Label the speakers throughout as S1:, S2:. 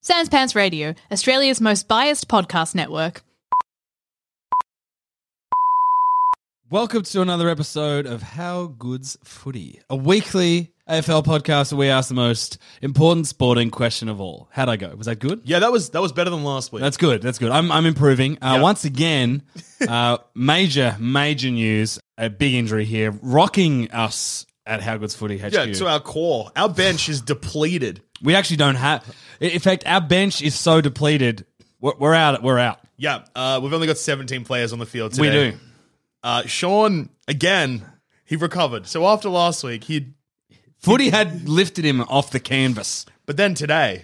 S1: Sans Pants Radio, Australia's most biased podcast network.
S2: Welcome to another episode of How Good's Footy, a weekly AFL podcast where we ask the most important sporting question of all. How'd I go? Was that good?
S3: Yeah, that was that was better than last week.
S2: That's good. That's good. I'm, I'm improving. Uh,
S3: Yeah.
S2: Once again, uh, major, major news. A big injury here, rocking us at How Good's Footy HQ.
S3: yeah, uh, to our core. Our bench is depleted.
S2: we actually don't have. In fact, our bench is so depleted. We're, we're out. We're out.
S3: Yeah, uh, we've only got 17 players on the field today.
S2: We do.
S3: Uh, Sean, again, he recovered. So after last week, he
S2: Footy had lifted him off the canvas.
S3: but then today,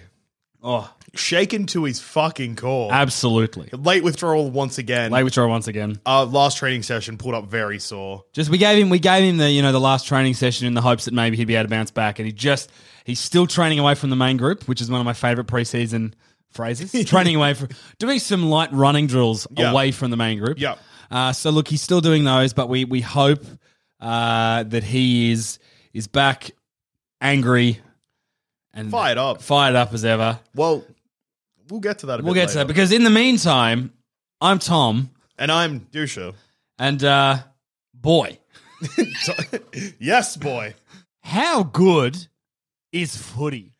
S2: Oh,
S3: shaken to his fucking core.
S2: absolutely.
S3: Late withdrawal once again.
S2: Late withdrawal once again.
S3: uh, last training session pulled up very sore.
S2: Just we gave him we gave him the you know the last training session in the hopes that maybe he'd be able to bounce back, and he just he's still training away from the main group, which is one of my favorite preseason phrases. training away from doing some light running drills
S3: Yeah.
S2: away from the main group.
S3: Yeah.
S2: Uh, so look, he's still doing those, but we we hope uh, that he is is back angry and
S3: Fired up.
S2: fired up as ever.
S3: Well, we'll get to that. A
S2: We'll
S3: bit
S2: get to that
S3: later.
S2: because in the meantime, I'm Tom,
S3: and I'm Dusha.
S2: and uh, boy.
S3: So- yes, boy.
S2: How good is footy?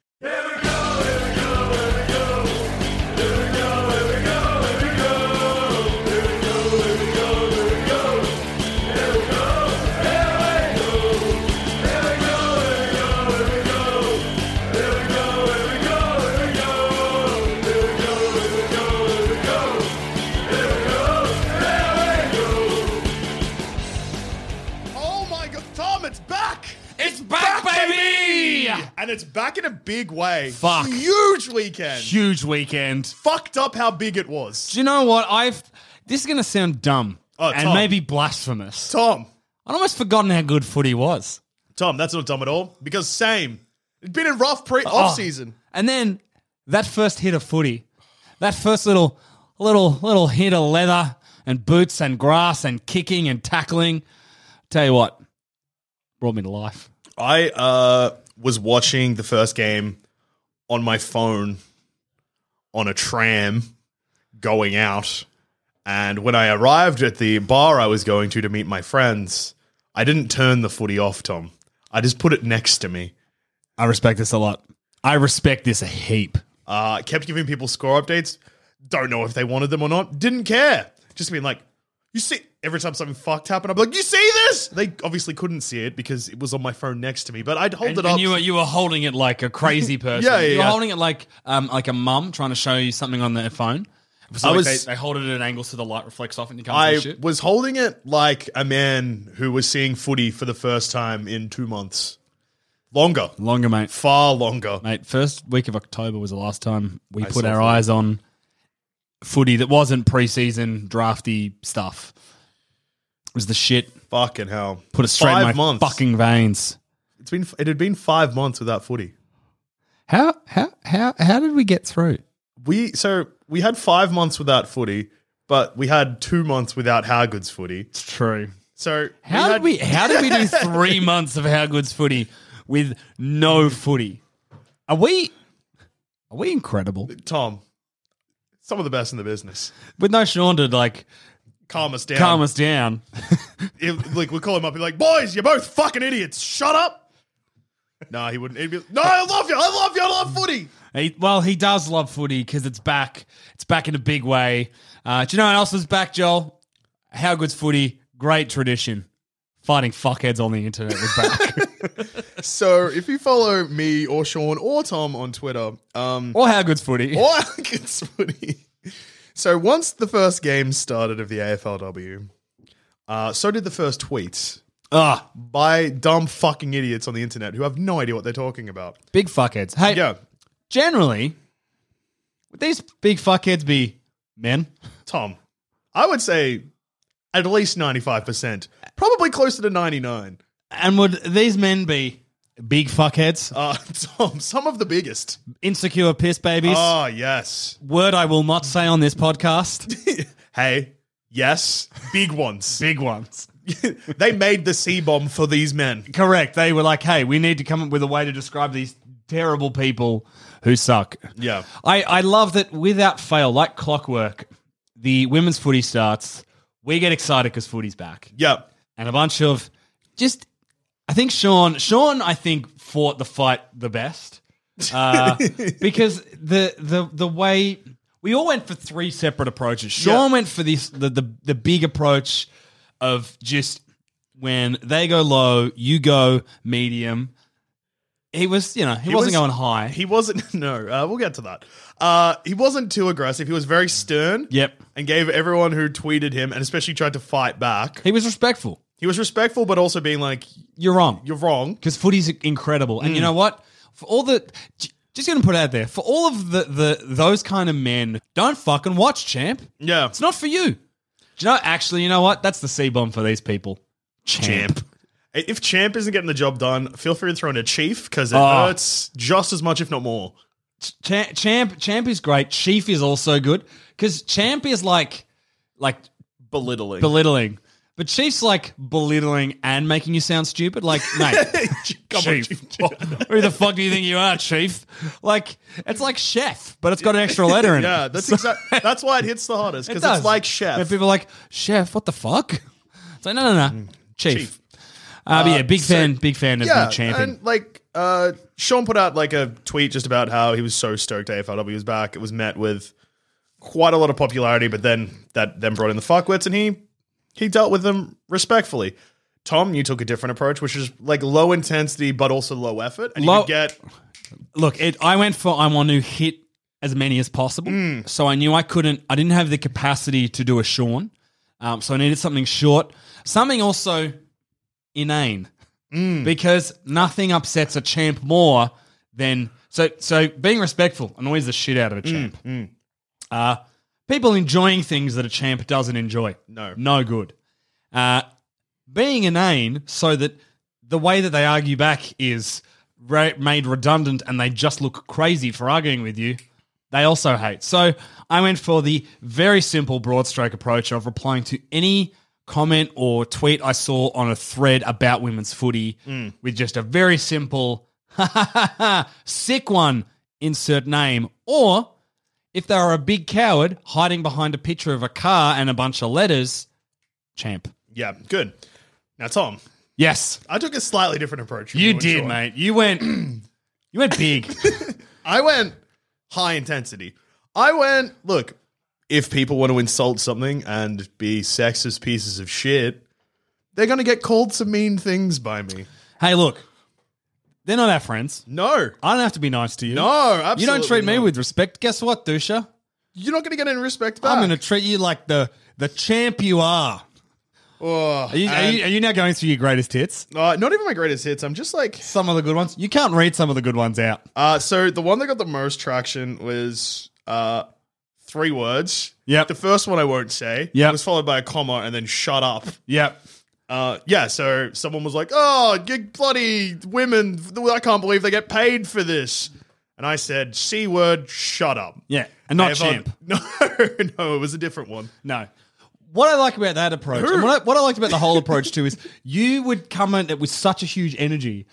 S3: Oh my god, Tom, it's back.
S2: It's back, baby!
S3: And it's back in a big way.
S2: Fuck.
S3: Huge weekend.
S2: Huge weekend.
S3: Fucked up how big it was.
S2: Do you know what? I've this is gonna sound dumb
S3: Oh,
S2: and
S3: Tom.
S2: maybe blasphemous.
S3: Tom,
S2: I'd almost forgotten how good footy was.
S3: Tom, that's not dumb at all. Because same. It's been a rough pre off
S2: Oh.
S3: season.
S2: And then that first hit of footy, that first little little little hit of leather and boots and grass and kicking and tackling. Tell you what, brought me to life.
S3: I uh, was watching the first game on my phone on a tram going out. And when I arrived at the bar I was going to to meet my friends, I didn't turn the footy off, Tom. I just put it next to me.
S2: I respect this a lot. I respect this a heap.
S3: Uh, kept giving people score updates. Don't know if they wanted them or not. Didn't care. Just being like, you see, every time something fucked happened, I'm like, you see this? They obviously couldn't see it because it was on my phone next to me, but I'd hold
S2: and,
S3: it
S2: and
S3: up.
S2: you were you were holding it like a crazy person.
S3: Yeah, yeah,
S2: You were
S3: yeah.
S2: holding it like um like a mum trying to show you something on their phone. So
S3: I
S2: like
S3: was-
S2: they, they hold it at an angle so the light reflects off and you can't see
S3: I
S2: shit.
S3: was holding it like a man who was seeing footy for the first time in two months. Longer.
S2: Longer, mate.
S3: Far longer.
S2: Mate, first week of October was the last time we
S3: I
S2: put
S3: saw
S2: our
S3: footy.
S2: eyes on footy that wasn't preseason drafty stuff. It was the shit.
S3: Fucking hell.
S2: Put it straight
S3: five
S2: in my
S3: months.
S2: fucking veins.
S3: It's been, it had been five months without footy.
S2: How how how how did we get through?
S3: We, so we had five months without footy, but we had two months without Hargood's footy.
S2: It's true.
S3: So
S2: How did we how did we do three months of how good's footy with no footy? Are we are we incredible?
S3: Tom, some of the best in the business.
S2: With no Sean to like
S3: Calm us down.
S2: calm us down.
S3: If- like we call him up, he's like, "Boys, you're both fucking idiots. Shut up." No, he wouldn't. He'd be, no, I love you. I love you. I love footy.
S2: He, well, he does love footy because it's back. It's back in a big way. Uh, do you know what else is back, Joel? How good's footy? Great tradition. Fighting fuckheads on the internet was back.
S3: So if you follow me or Sean or Tom on Twitter, um,
S2: or how good's footy?
S3: or it's footy. So once the first game started of the AFLW, uh, so did the first tweets
S2: Ah,
S3: by dumb fucking idiots on the internet who have no idea what they're talking about.
S2: big fuckheads. Hey,
S3: Yeah,
S2: generally, would these big fuckheads be men?
S3: Tom, I would say at least ninety five percent, probably closer to ninety nine.
S2: And would these men be big fuckheads?
S3: Uh, Tom, some of the biggest.
S2: Insecure piss babies?
S3: Oh yes,
S2: Word I will not say on this podcast.
S3: hey, yes, big ones.
S2: big ones.
S3: they made the C bomb for these men.
S2: Correct. They were like, hey, we need to come up with a way to describe these terrible people who suck.
S3: Yeah.
S2: I, I love that without fail, like clockwork, the women's footy starts. We get excited because footy's back.
S3: Yep.
S2: And a bunch of just, I think Sean, Sean, I think fought the fight the best. Uh, because the, the, the way we all went for three separate approaches. Sean
S3: Yeah.
S2: went for this, the, the, the big approach of just when they go low, you go medium. He was, you know, he, wasn't
S3: was-
S2: going high.
S3: He wasn't. No, uh, we'll get to that. Uh, he wasn't too aggressive. He was very stern.
S2: Yep.
S3: And gave everyone who tweeted him and especially tried to fight back.
S2: he was respectful.
S3: He was respectful, but also being like,
S2: You're wrong.
S3: "You're wrong."
S2: because footy's incredible. And you
S3: Mm.
S2: know what? For all the, j- just gonna put it out there for all of the the those kind of men, don't fucking watch, champ.
S3: Yeah.
S2: It's not for you. Do you know? Actually, you know what? That's the C bomb for these people, champ.
S3: If Champ isn't getting the job done, feel free to throw in a Chief because it
S2: Oh.
S3: hurts just as much, if not more.
S2: Champ, champ, champ is great. Chief is also good because champ is like, like
S3: Belittling.
S2: belittling. But Chief's like belittling and making you sound stupid. Like, mate,
S3: Come on,
S2: Chief. Who the fuck do you think you are, Chief? Like, it's like chef, but it's got an extra letter in it.
S3: Yeah, that's exact. That's why it hits the hardest because
S2: does.
S3: it's like
S2: And
S3: Chef.
S2: people are like, Chef, what the fuck? It's like, no, no, no. Chief.
S3: Mm. Chief.
S2: Uh, but yeah, big
S3: so-
S2: fan, big fan of
S3: yeah,
S2: the champion.
S3: and like uh, Sean put out like a tweet just about how he was so stoked AFLW was back. It was met with quite a lot of popularity, but then that then brought in the fuckwits, and he he dealt with them respectfully. Tom, you took a different approach, which is like low intensity but also low effort, and
S2: Low-
S3: you could get
S2: Look, it, I went for I want to hit as many as possible. So I knew I couldn't, I didn't have the capacity to do a Sean. Um, so I needed something short, something also inane. Because nothing upsets a champ more than. So, so being respectful annoys the shit out of a champ. Uh, people enjoying things that a champ doesn't enjoy.
S3: No.
S2: No good. Uh, being inane so that the way that they argue back is re- made redundant and they just look crazy for arguing with you, they also hate. So I went for the very simple broad stroke approach of replying to any comment or tweet I saw on a thread about women's footy with just a very simple, ha ha ha ha, sick one, insert name, or if they are a big coward hiding behind a picture of a car and a bunch of letters, champ.
S3: yeah, good. Now, Tom,
S2: Yes.
S3: I took a slightly different approach. from
S2: You
S3: and
S2: did,
S3: Sean.
S2: mate. You went. you went big.
S3: I went high intensity. I went, look, if people want to insult something and be sexist pieces of shit, they're going to get called some mean things by me.
S2: hey, look. They're not our friends.
S3: No.
S2: I don't have to be nice to you.
S3: No, absolutely.
S2: you don't treat me
S3: not.
S2: with respect. Guess what, Dusha?
S3: You're not going to get any respect back.
S2: I'm going to treat you like the the champ you are.
S3: Oh,
S2: Are you, are,
S3: and-
S2: you, are you now going through your greatest hits?
S3: uh, not even my greatest hits. I'm just like.
S2: Some of the good ones. You can't read some of the good ones out.
S3: Uh, so the one that got the most traction was uh, three words.
S2: Yep.
S3: The first one I won't say.
S2: Yep.
S3: It was followed by a comma and then shut up.
S2: Yep.
S3: Uh, yeah, so someone was like, "Oh, you bloody women! I can't believe they get paid for this." And I said, "C word, shut up."
S2: Yeah, and not
S3: If I-
S2: champ.
S3: No, no, it was a different one.
S2: No. What I like about that approach, and what I, what I liked about the whole approach too, is you would come at it with such a huge energy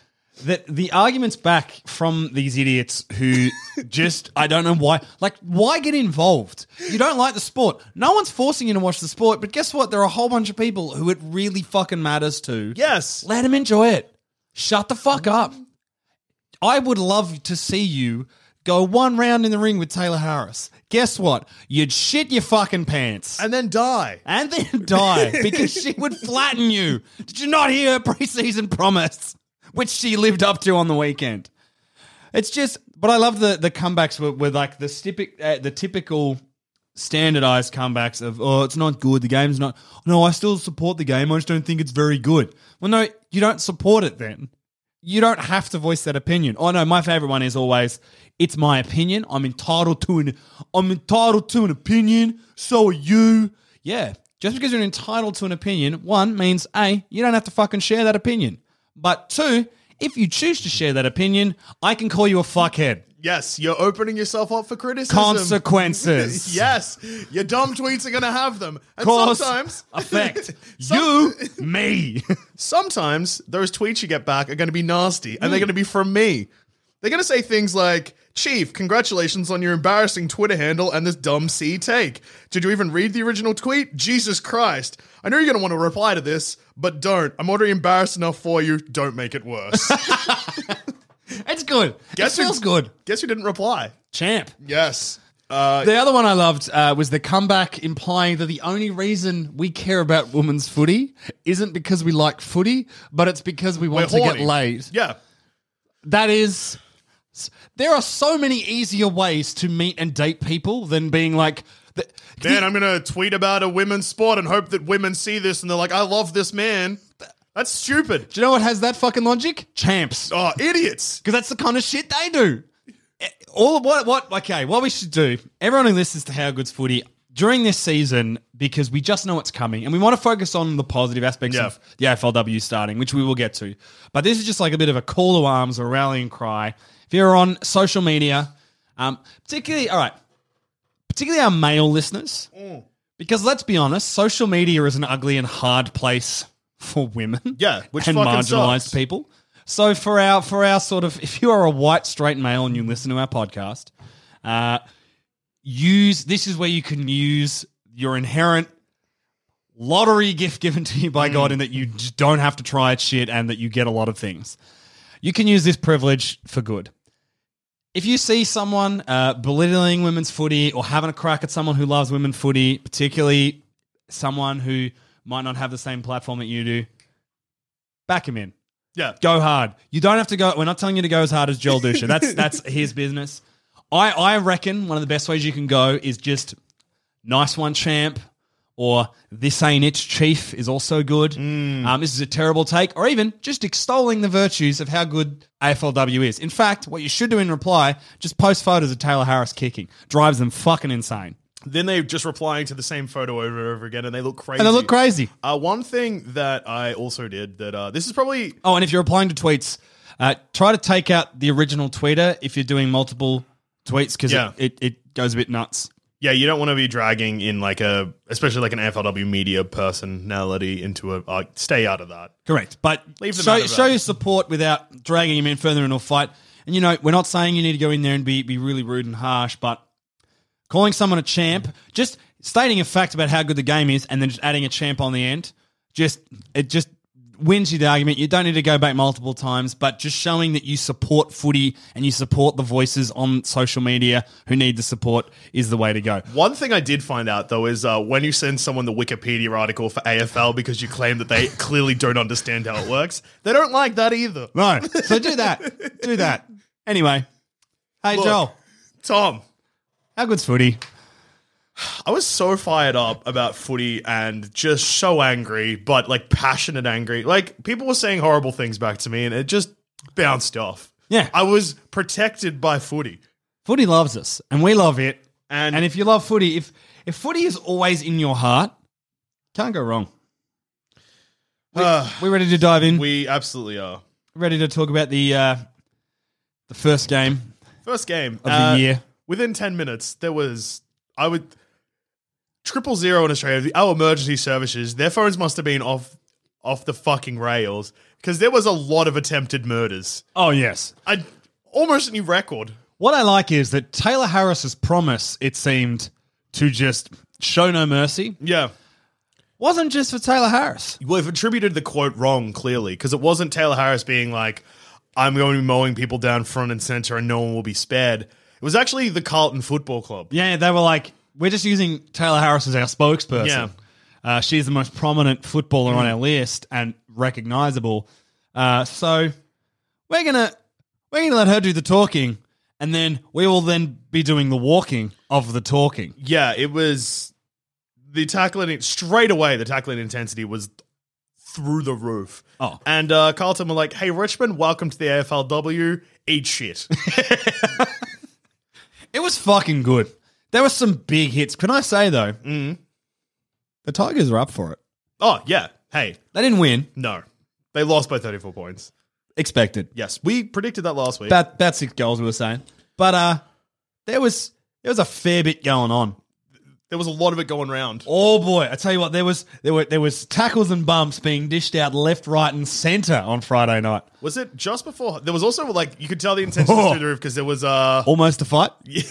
S2: that the arguments back from these idiots who just I don't know why, like why get involved? You don't like the sport. No one's forcing you to watch the sport, but guess what? There are a whole bunch of people who it really fucking matters to.
S3: Yes,
S2: Let them enjoy it. Shut the fuck up. I would love to see you go one round in the ring with Taylor Harris. Guess what? You'd shit your fucking pants.
S3: and then die.
S2: and then die because she would flatten you. Did you not hear her preseason promise, which she lived up to on the weekend? It's just, but I love the the comebacks were, were like the typic, uh, the typical standardized comebacks of oh it's not good the game's not no I still support the game I just don't think it's very good. Well no, you don't support it then. You don't have to voice that opinion. Oh no, my favorite one is always it's my opinion. I'm entitled to an I'm entitled to an opinion. So are you. Yeah. Just because you're entitled to an opinion, one means A, you don't have to fucking share that opinion. But two, if you choose to share that opinion, I can call you a fuckhead.
S3: Yes, you're opening yourself up for criticism.
S2: Consequences.
S3: yes, your dumb tweets are going to have them. And
S2: Cause,
S3: sometimes,
S2: effect.
S3: Some-
S2: you, me.
S3: sometimes those tweets you get back are going to be nasty and they're
S2: Hmm.
S3: going to be from me. They're going to say things like, Chief, congratulations on your embarrassing Twitter handle and this dumb C take. Did you even read the original tweet? Jesus Christ. I know you're going to want to reply to this, but don't. I'm already embarrassed enough for you. Don't make it worse.
S2: it's good.
S3: Guess
S2: it
S3: who-
S2: feels good.
S3: Guess who didn't reply?
S2: Champ.
S3: Yes. Uh,
S2: The other one I loved uh, was the comeback implying that the only reason we care about women's footy isn't because we like footy, but it's because we
S3: we're
S2: want to
S3: horny.
S2: get laid.
S3: Yeah.
S2: That is. There are so many easier ways to meet and date people than being like. The,
S3: Man, I'm gonna tweet about a women's sport and hope that women see this and they're like, "I love this man." That's stupid.
S2: do you know what has that fucking logic? Champs.
S3: Oh, idiots!
S2: because that's the kind of shit they do. Eh, All what what okay, what we should do. Everyone who listens to How Good's Footy during this season, because we just know it's coming, and we want to focus on the positive aspects
S3: Yeah.
S2: of the AFLW starting, which we will get to. But this is just like a bit of a call to arms or rallying cry. If you're on social media, um, particularly all right, particularly our male listeners,
S3: Mm.
S2: because let's be honest, social media is an ugly and hard place for women
S3: Yeah, which
S2: and
S3: fucking
S2: marginalized
S3: sucks.
S2: people. So for our for our sort of, if you are a white straight male and you listen to our podcast, uh, use this is where you can use your inherent lottery gift given to you by God,
S3: Mm.
S2: and that you just don't have to try it shit, and that you get a lot of things. You can use this privilege for good. If you see someone uh, belittling women's footy or having a crack at someone who loves women's footy, particularly someone who might not have the same platform that you do, back him in.
S3: Yeah,
S2: Go hard. You don't have to go. We're not telling you to go as hard as Joel Dusha. That's that's his business. I I reckon one of the best ways you can go is just nice one, champ, or this ain't it, chief is also good. Um, this is a terrible take, or even just extolling the virtues of how good AFLW is. In fact, what you should do in reply, just post photos of Taylor Harris kicking. Drives them fucking insane,
S3: Then they just replying to the same photo over and over again, and they look crazy.
S2: and they look crazy.
S3: Uh, one thing that I also did that uh, this is probably
S2: Oh, and if you're replying to tweets, uh, try to take out the original tweeter if you're doing multiple tweets because
S3: Yeah.
S2: it, it, it goes a bit nuts.
S3: yeah, you don't want to be dragging in like a especially like an AFLW media personality into a uh, stay out of that.
S2: Correct. But
S3: Leave them out
S2: show,
S3: of
S2: show
S3: it.
S2: your support without dragging him in further into a fight. And, you know, we're not saying you need to go in there and be, be really rude and harsh, but calling someone a champ, just stating a fact about how good the game is and then just adding a champ on the end, just it just wins you the argument. You don't need to go back multiple times, but just showing that you support footy and you support the voices on social media who need the support is the way to go.
S3: One thing I did find out though is uh, when you send someone the Wikipedia article for AFL because you claim that they clearly don't understand how it works, they don't like that either.
S2: No. So do that. do that. Anyway. Hey
S3: Look.
S2: Joel,
S3: Tom,
S2: how good's footy?
S3: I was so fired up about footy and just so angry, but like passionate angry. Like people were saying horrible things back to me and it just bounced off.
S2: Yeah.
S3: I was protected by footy.
S2: Footy loves us, and we love it.
S3: And,
S2: And if you love footy, if if footy is always in your heart, can't go wrong.
S3: uh,
S2: We're ready to dive in. We're
S3: we absolutely are.
S2: ready to talk about the uh, the first game
S3: First game
S2: of
S3: uh,
S2: the year.
S3: Within 10 minutes, there was, I would, triple zero in Australia, the- our emergency services, their phones must have been off off the fucking rails because there was a lot of attempted murders.
S2: Oh yes.
S3: I almost a new record.
S2: What I like is that Taylor Harris's promise, it seemed, to just show no mercy
S3: Yeah.
S2: wasn't just for Taylor Harris.
S3: Well, they've attributed the quote wrong, clearly, because it wasn't Taylor Harris being like, I'm going to be mowing people down front and center and no one will be spared. It was actually the Carlton Football Club.
S2: Yeah, they were like, we're just using Taylor Harris as our spokesperson.
S3: Yeah.
S2: Uh, she's the most prominent footballer on our list and recognizable. Uh, so we're gonna we're gonna let her do the talking, and then we will then be doing the walking of the talking.
S3: Yeah, it was the tackling straight away. The tackling intensity was through the roof.
S2: Oh.
S3: and uh, Carlton were like, "Hey, Richmond, welcome to the AFLW. Eat shit."
S2: It was fucking good. There were some big hits. Can I say though, the Tigers are up for it.
S3: oh yeah, hey,
S2: They didn't win,
S3: no, they lost by 34 points.
S2: expected.
S3: Yes, we predicted that last week.
S2: About about six goals we were saying, but uh, there was there was a fair bit going on.
S3: there was a lot of it going round.
S2: Oh boy, I tell you what, there was there were there was tackles and bumps being dished out left, right, and centre on Friday night.
S3: Was it just before? There was also like you could tell the intensity was through the roof because there was uh.
S2: Almost a fight.
S3: Yeah.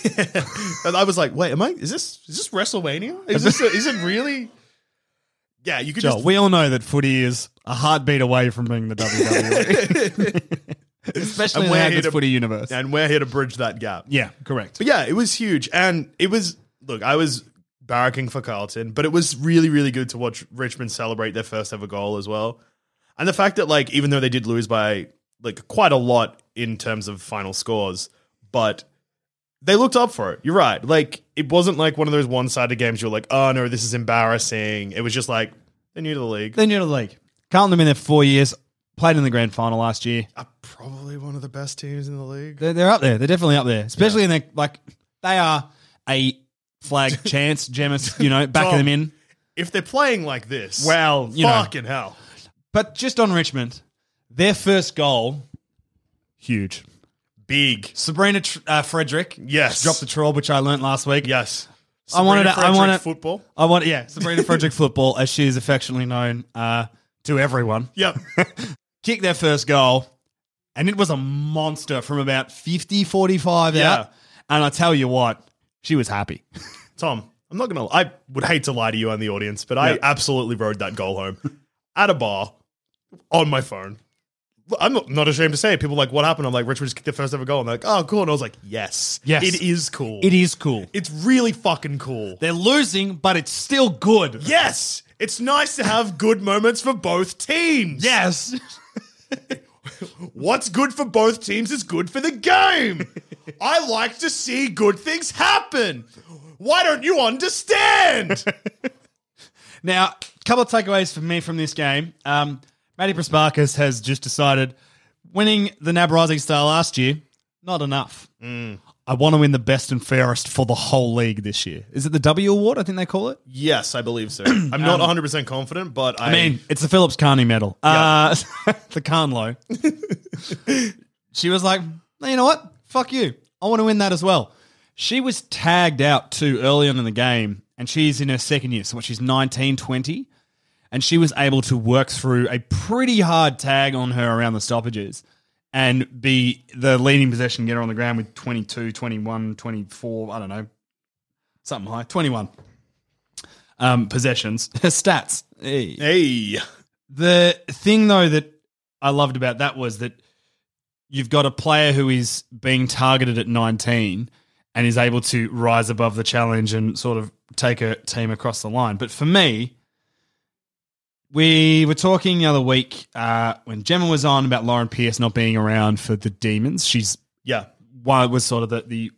S3: and I was like, wait, am I? Is this is this WrestleMania? Is this? is it really? Yeah, you could
S2: Joel,
S3: just
S2: we all know that footy is a heartbeat away from being the E. WWE, especially in
S3: And
S2: the
S3: we're here
S2: Haggard's
S3: to-
S2: footy universe.
S3: and we're here to bridge that gap.
S2: yeah, correct.
S3: But yeah, it was huge. And it was, look, I was barracking for Carlton, but it was really, really good to watch Richmond celebrate their first ever goal as well. And the fact that, like, even though they did lose by, like, quite a lot in terms of final scores, but they looked up for it. You're right. Like, it wasn't like one of those one sided games you're like, oh, no, this is embarrassing. It was just like, they're new to the league.
S2: Then you're the league. Carlton have been there for four years. Played in the grand final last year.
S3: Are probably one of the best teams in the league.
S2: They're, they're up there. They're definitely up there, especially in their like they are a flag chance. Gemma's, you know, backing
S3: Tom.
S2: them in.
S3: If they're playing like this,
S2: Well, you know.
S3: fucking hell.
S2: But just on Richmond, their first goal, huge.
S3: Big.
S2: Sabrina Tr- uh, Frederick,
S3: Yes.
S2: dropped the trawl, which I learnt last week.
S3: Yes.
S2: I wanted. To,
S3: Sabrina
S2: I want to
S3: Frederick football.
S2: I want. Yeah, Sabrina Frederick football, as she is affectionately known uh, to everyone.
S3: Yep.
S2: Kicked their first goal, and it was a monster from about 50, 45
S3: Yeah.
S2: out. And I tell you what, she was happy.
S3: Tom, I'm not gonna. I would hate to lie to you and the audience, but I
S2: Yeah.
S3: absolutely rode that goal home at a bar on my phone. I'm not, not ashamed to say it. People were like, what happened? I'm like, Richmond just kicked their first ever goal. And they're like, oh, cool. And I was like, yes,
S2: Yes.
S3: it is cool.
S2: It is cool.
S3: It's really fucking cool.
S2: They're losing, but it's still good.
S3: yes, it's nice to have good moments for both teams.
S2: Yes.
S3: what's good for both teams is good for the game. I like to see good things happen. Why don't you understand?
S2: Now, a couple of takeaways for me from this game. Um, Matty Prasparkas has just decided winning the NAB Rising Star last year, not enough. I want to win the best and fairest for the whole league this year. Is it the W Award? I think they call it.
S3: Yes, I believe so. I'm not 100% confident, but Um, I,
S2: I mean, it's the Phillips Carney Medal, uh, the Carnlow. she was like, "No, you know what? Fuck you. I want to win that as well. She was tagged out too early on in the game, and she's in her second year. So what, she's 19, 20, and she was able to work through a pretty hard tag on her around the stoppages and be the leading possession getter on the ground with 22, 21, 24, I don't know, something high, 21 um, possessions. Her stats. Hey.
S3: hey,
S2: The thing though that I loved about that was that you've got a player who is being targeted at 19 and is able to rise above the challenge and sort of take a team across the line. But for me, we were talking the other week uh, when Gemma was on about Lauren Pierce not being around for the Demons. She's
S3: yeah,
S2: one was sort of the, the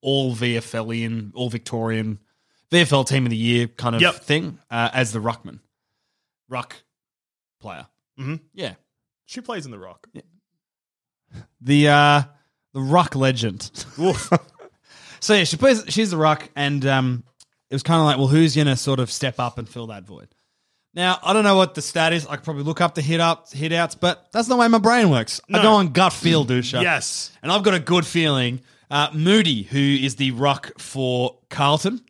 S2: all VFLian, all Victorian VFL team of the year kind of
S3: Yep.
S2: thing uh, as the ruckman, ruck player.
S3: Mhm.
S2: Yeah,
S3: she plays in the rock.
S2: the uh, the ruck legend. so yeah, she plays. She's the ruck, and um, it was kind of like, well, who's gonna sort of step up and fill that void? Now I don't know what the stat is. I could probably look up the hit ups, hit outs, but that's not the way my brain works. I
S3: No.
S2: go on gut feel, Dusha.
S3: Yes.
S2: and I've got a good feeling. Uh, Moody, who is the ruck for Carlton,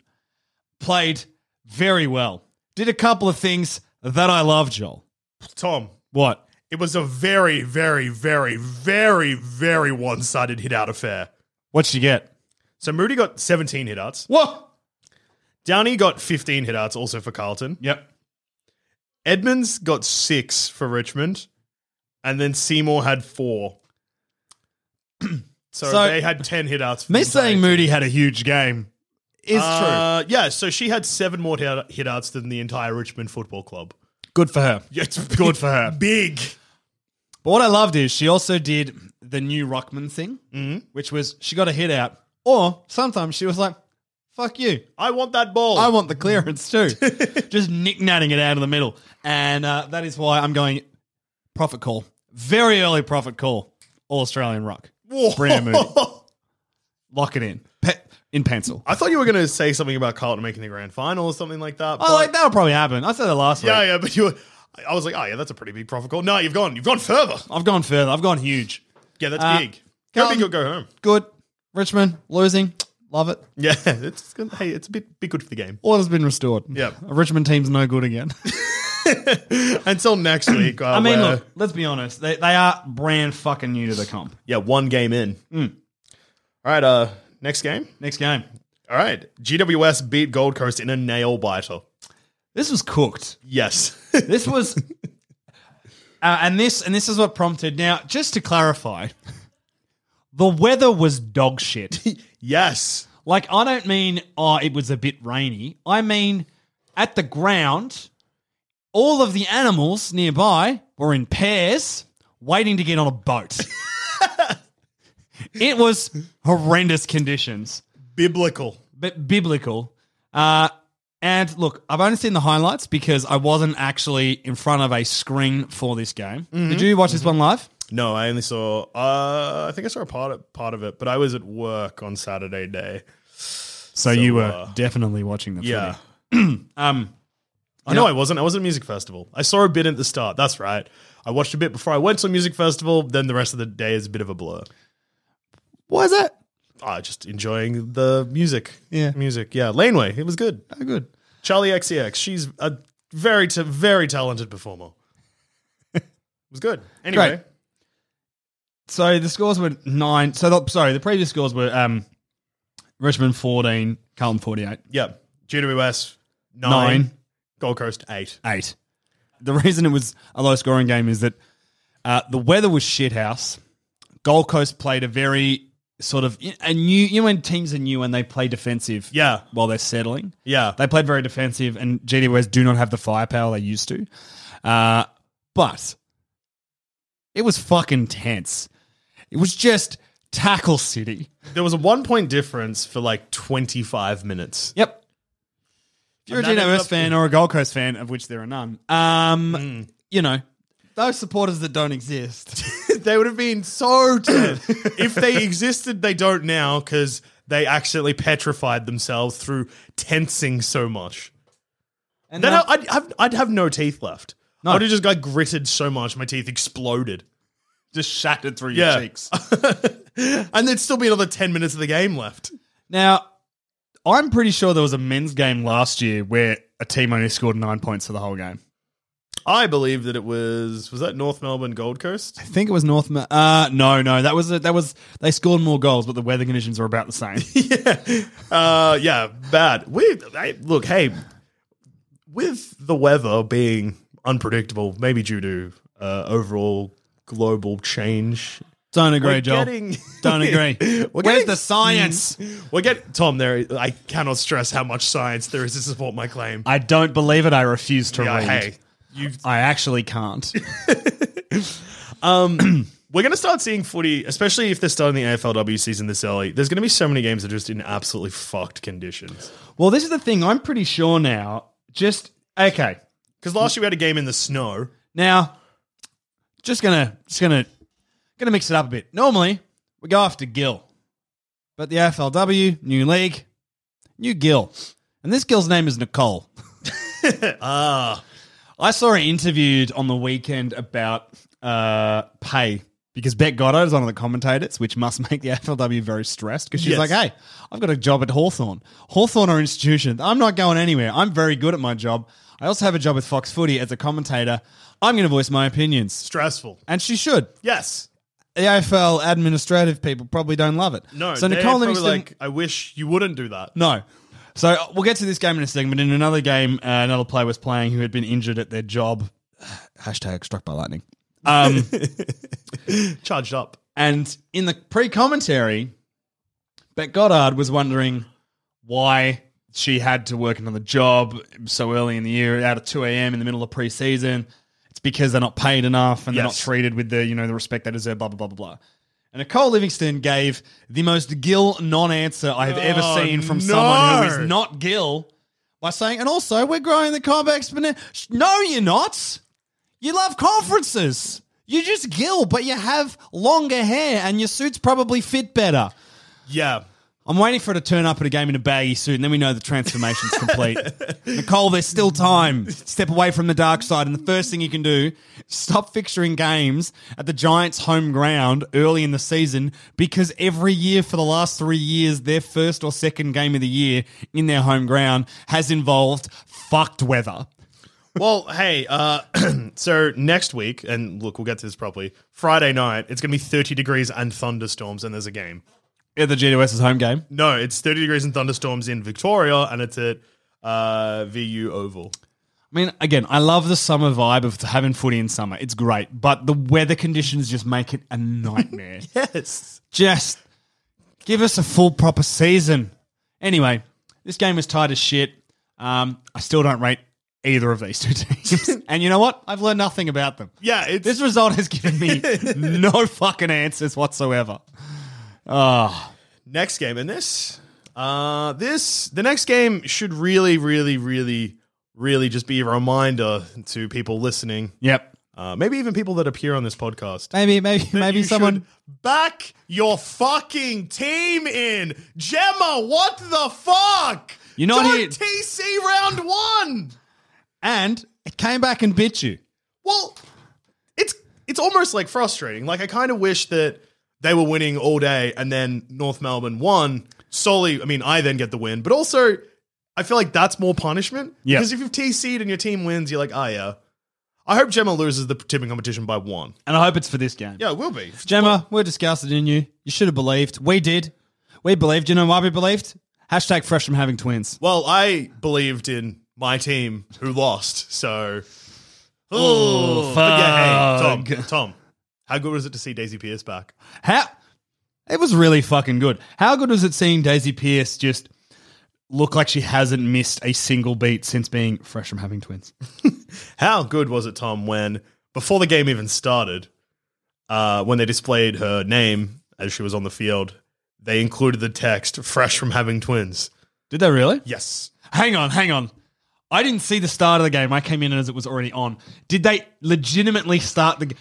S2: played very well. Did a couple of things that I love, Joel.
S3: Tom,
S2: What?
S3: it was a very, very, very, very, very one sided hit out affair.
S2: What'd she get?
S3: So Moody got 17 hit outs.
S2: What?
S3: Downey got 15 hit outs also for Carlton.
S2: Yep.
S3: Edmonds got six for Richmond. And then Seymour had four. So,
S2: So-
S3: they had 10 hit outs. for
S2: Me
S3: the entire
S2: saying
S3: team.
S2: Moody had a huge game is
S3: Uh, yeah, so she had seven more hit hit outs than the entire Richmond Football Club.
S2: true. Good for her.
S3: Yeah, it's
S2: Good for her.
S3: Big.
S2: But what I loved is she also did the new Rockman thing,
S3: Mm-hmm.
S2: which was she got a hit out, or sometimes she was like, fuck you.
S3: I want that ball.
S2: I want the clearance too. Just knick-knatting it out of the middle. And uh, that is why I'm going profit call. Very early profit call. All Australian rock.
S3: Whoa.
S2: Brand new movie. Lock it in. Pe- in pencil.
S3: I thought you were going to say something about Carlton making the grand final or something like that.
S2: Oh, like that'll probably happen. I said that last
S3: Yeah,
S2: week.
S3: yeah, but you were. I- I was like, oh yeah, that's a pretty big profit call. No, you've gone, you've gone further.
S2: I've gone further. I've gone huge.
S3: Yeah, that's
S2: Uh,
S3: big. How
S2: Carlton-
S3: big you'll go home.
S2: Good. Richmond losing. Love it.
S3: Yeah, it's good. hey, it's a bit, bit good for the game.
S2: Order's been restored.
S3: Yep.
S2: A Richmond team's no good again.
S3: Until next week. Uh,
S2: I mean,
S3: where-
S2: look, let's be honest. They, they are brand fucking new to the comp.
S3: yeah, one game in. All right, uh, next game.
S2: Next game.
S3: All right, GWS beat Gold Coast in a nail biter.
S2: This was cooked.
S3: Yes.
S2: This was, uh, and this and this is what prompted. Now, just to clarify, the weather was dog shit.
S3: yes.
S2: Like, I don't mean oh, it was a bit rainy. I mean, at the ground, all of the animals nearby were in pairs, waiting to get on a boat. it was horrendous conditions.
S3: Biblical.
S2: but biblical. Uh, and look, I've only seen the highlights because I wasn't actually in front of a screen for this game. Did you watch this one live?
S3: No, I only saw. Uh, I think I saw a part of, part of it, but I was at work on Saturday day.
S2: So, uh,
S3: you were
S2: definitely watching the
S3: Yeah.
S2: Um,
S3: I know I wasn't. I was at a music festival. I saw a bit at the start. That's right. I watched a bit before I went to a music festival. Then the rest of the day is a bit of a blur.
S2: why is that?
S3: Ah, just enjoying the music.
S2: Yeah.
S3: music. Yeah, Laneway. It was good.
S2: Oh, good.
S3: Charlie XCX. She's a very, ta- very talented performer. it was good. Anyway,
S2: Great. So the scores were nine. So the, sorry, the previous scores were um, Richmond fourteen, Carlton forty-eight,
S3: yeah. GWS nine,
S2: nine,
S3: Gold Coast eight.
S2: eight. The reason it was a low scoring game is that uh, the weather was shithouse. Gold Coast played a very sort of a new. You know when teams are new and they play defensive,
S3: Yeah.
S2: while they're settling,
S3: Yeah,
S2: they played very defensive, and GD West do not have the firepower they used to. Uh, but it was fucking tense. It was just tackle city.
S3: there was a one point difference for like twenty five minutes.
S2: Yep. If you're a
S3: And that ends
S2: GWS
S3: up-
S2: fan or a Gold Coast fan, of which there are none, um,
S3: Hmm.
S2: you know, those supporters that don't exist.
S3: they would have been so dead. if they existed, they don't now because they accidentally petrified themselves through tensing so much.
S2: And
S3: Then
S2: now-
S3: I- I'd have, I'd have no teeth left.
S2: No.
S3: I would have just got gritted so much, my teeth exploded.
S2: just shattered through
S3: Yeah. and there'd still be another 10 minutes of the game left.
S2: now, I'm pretty sure there was a men's game last year where a team only scored nine points for the whole game.
S3: I believe that it was, was that North Melbourne Gold Coast?
S2: I think it was North. Ma- uh, no, no, that was a, that was they scored more goals, but the weather conditions were about the same.
S3: yeah. Uh, yeah, bad. We, I, look, hey, with the weather being unpredictable, maybe due to uh, overall global change.
S2: Don't agree,
S3: we're
S2: Joel.
S3: getting-
S2: Don't agree.
S3: We're
S2: Where's
S3: getting-
S2: the science?
S3: Well, get Tom there. I cannot stress how much science there is to support my claim.
S2: I don't believe it. I refuse to
S3: Yeah,
S2: read.
S3: hey, you
S2: I actually can't.
S3: we're going to start seeing footy, especially if they're starting the AFLW season this early. There's going to be so many games that are just in absolutely fucked conditions.
S2: Well, this is the thing. I'm pretty sure now. Just okay.
S3: Because last year we had a game in the snow.
S2: Now, just gonna just gonna gonna mix it up a bit. Normally, we go after Gill, but the AFLW new league, new Gill, and this Gill's name is Nicole.
S3: Ah,
S2: I saw her interviewed on the weekend about uh, pay because Bet Goddard is one of the commentators, which must make the AFLW very stressed because she's
S3: Yes.
S2: like, hey, I've got a job at Hawthorn, Hawthorn are institution. I'm not going anywhere. I'm very good at my job. I also have a job with Fox Footy as a commentator. I'm going to voice my opinions.
S3: stressful.
S2: And she should.
S3: Yes.
S2: The AFL administrative people probably don't love it.
S3: No.
S2: So
S3: they're
S2: Nicole
S3: probably
S2: Livingston.
S3: like, I wish you wouldn't do that.
S2: No. So uh, we'll get to this game in a second, but in another game, uh, another player was playing who had been injured at their job. Hashtag struck by lightning. Um,
S3: Charged up.
S2: And in the pre commentary, Bet Goddard was wondering why she had to work another job so early in the year, out at 2 a.m. in the middle of preseason. It's because they're not paid enough and they're not
S3: Yes.
S2: treated with the, you know, the respect they deserve, blah, blah, blah, blah, blah. And Nicole Livingston gave the most Gill non answer I have ever
S3: Oh,
S2: seen from someone who
S3: no.
S2: is not Gill by saying, and also we're growing the comp exponent. Sh- No, you're not. You love conferences. You just gill, but you have longer hair and your suits probably fit better.
S3: Yeah.
S2: I'm waiting for her to turn up at a game in a baggy suit, and then we know the transformation's complete. Nicole, there's still time. Step away from the dark side, and the first thing you can do, stop fixturing games at the Giants' home ground early in the season, because every year for the last three years, their first or second game of the year in their home ground has involved fucked weather.
S3: Well, hey, uh, so next week, and look, we'll get to this properly. Friday night, it's going to be 30 degrees and thunderstorms, and there's a game.
S2: At the GWS's home game.
S3: No, it's 30 degrees and thunderstorms in Victoria, and it's at uh, VU Oval.
S2: I mean, again, I love the summer vibe of having footy in summer. It's great, but the weather conditions just make it a nightmare.
S3: Yes.
S2: just give us a full proper season. Anyway, this game was tight as shit. Um, I still don't rate either of these two teams. and you know what? I've learned nothing about them.
S3: Yeah, it's
S2: This result has given me no fucking answers whatsoever. Oh,
S3: next game, and this, uh, this, the next game should really, really, really, really just be a reminder to people listening,
S2: yep.
S3: uh, maybe even people that appear on this podcast.
S2: Maybe, maybe,
S3: that
S2: maybe
S3: you
S2: someone.
S3: should back your fucking team in. Gemma, what the fuck?
S2: You're not
S3: Don't
S2: here-
S3: TC round one.
S2: And it came back and bit you.
S3: Well, it's it's almost like frustrating. Like I kind of wish that they were winning all day and then North Melbourne won solely. I mean, I then get the win, but also I feel like that's more punishment.
S2: Yeah.
S3: Because if you've TC'd and your team wins, you're like, oh yeah. I hope Gemma loses the tipping competition by one.
S2: And I hope it's for this game.
S3: Yeah, it will be.
S2: Gemma, we're disgusted in you. You should have believed. We did. We believed. You know why we believed? Hashtag fresh from having twins.
S3: Well, I believed in my team who lost, so. Oh, but yeah, hey, Tom,
S2: fuck.
S3: Tom, how good was it to see Daisy Pierce back?
S2: How it was really fucking good. How good was it seeing Daisy Pierce just look like she hasn't missed a single beat since being fresh from having twins?
S3: How good was it, Tom, when before the game even started, uh, when they displayed her name as she was on the field, they included the text "fresh from having twins."
S2: Did they really?
S3: Yes,
S2: Hang on, hang on. I didn't see the start of the game. I came in as it was already on. Did they legitimately start the? g-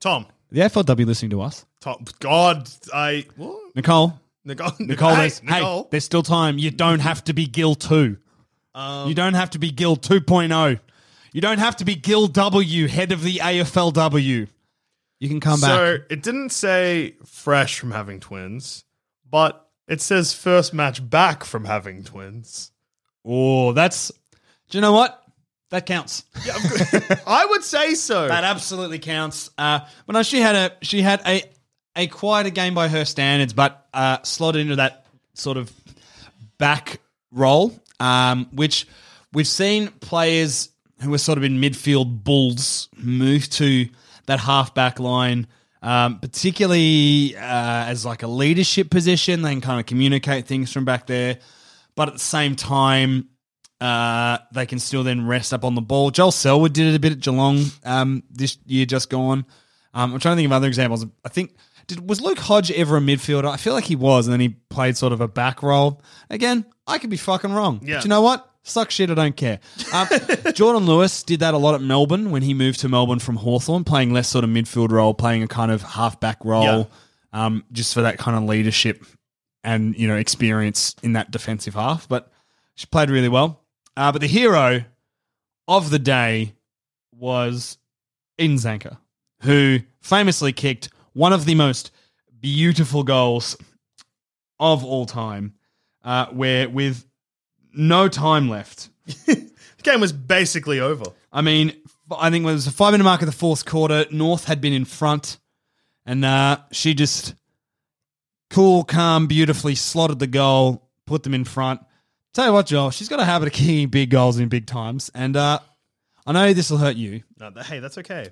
S3: Tom,
S2: The AFLW listening to us,
S3: Tom, God, I what?
S2: Nicole.
S3: Nicole,
S2: Nicole,
S3: hey,
S2: there's, hey,
S3: Nicole.
S2: there's still time. You don't have to be Gil 2.
S3: Um,
S2: you don't have to be Gil 2.0. You don't have to be Gil W, head of the AFLW. You can come back.
S3: So it didn't say fresh from having twins, but it says first match back from having twins.
S2: Oh, that's. Do you know what? That counts.
S3: I would say so.
S2: That absolutely counts. Uh, but no, she had a she had a a quieter game by her standards, but uh, slotted into that sort of back role, um, which we've seen players who were sort of in midfield bulls move to that half back line. Um, particularly uh, as like a leadership position, they can kind of communicate things from back there. But at the same time, uh, they can still then rest up on the ball. Joel Selwood did it a bit at Geelong um, this year, just gone. Um, I'm trying to think of other examples. I think did was Luke Hodge ever a midfielder? I feel like he was, and then he played sort of a back role. Again, I could be fucking wrong.
S3: Yeah.
S2: But you know what? Suck shit, I don't care. Um, Jordan Lewis did that a lot at Melbourne when he moved to Melbourne from Hawthorn, playing less sort of midfield role, playing a kind of half back role, um, just for that kind of leadership and you know experience in that defensive half. But she played really well. Uh, but the hero of the day was Eden Zanka, who famously kicked one of the most beautiful goals of all time, uh, where with no time left.
S3: the game was basically over.
S2: I mean, I think it was a five minute mark of the fourth quarter. North had been in front, and uh, she just cool, calm, beautifully slotted the goal, put them in front. Tell you what, Joel, she's got a habit of kicking big goals in big times, and uh, I know this will hurt you.
S3: No, th- hey, that's okay.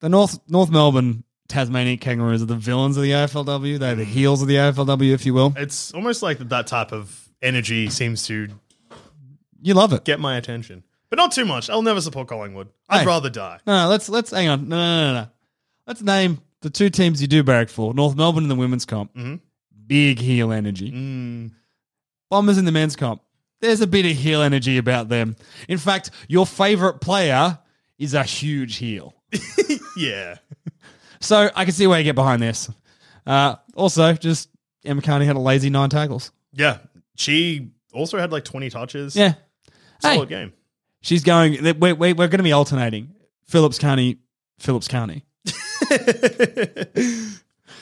S2: The North North Melbourne Tasmanian Kangaroos are the villains of the AFLW. They're the heels of the AFLW, if you will.
S3: It's almost like that, that type of energy seems to
S2: You love it.
S3: get my attention, but not too much. I'll never support Collingwood. I'd
S2: Hey.
S3: rather die.
S2: No, no, let's let's hang on. No, no, no, no. Let's name the two teams you do barrack for: North Melbourne in the women's comp. Big heel energy. Mm. Bombers in the men's comp. There's a bit of heel energy about them. In fact, your favorite player is a huge heel.
S3: Yeah.
S2: So I can see where you get behind this. Uh, also, just Emma Carney had a lazy nine tackles.
S3: Yeah. She also had like 20 touches.
S2: Yeah. Hey,
S3: Solid game.
S2: she's going. We're, we're, we're going to be alternating. Phillips Carney, Phillips Carney.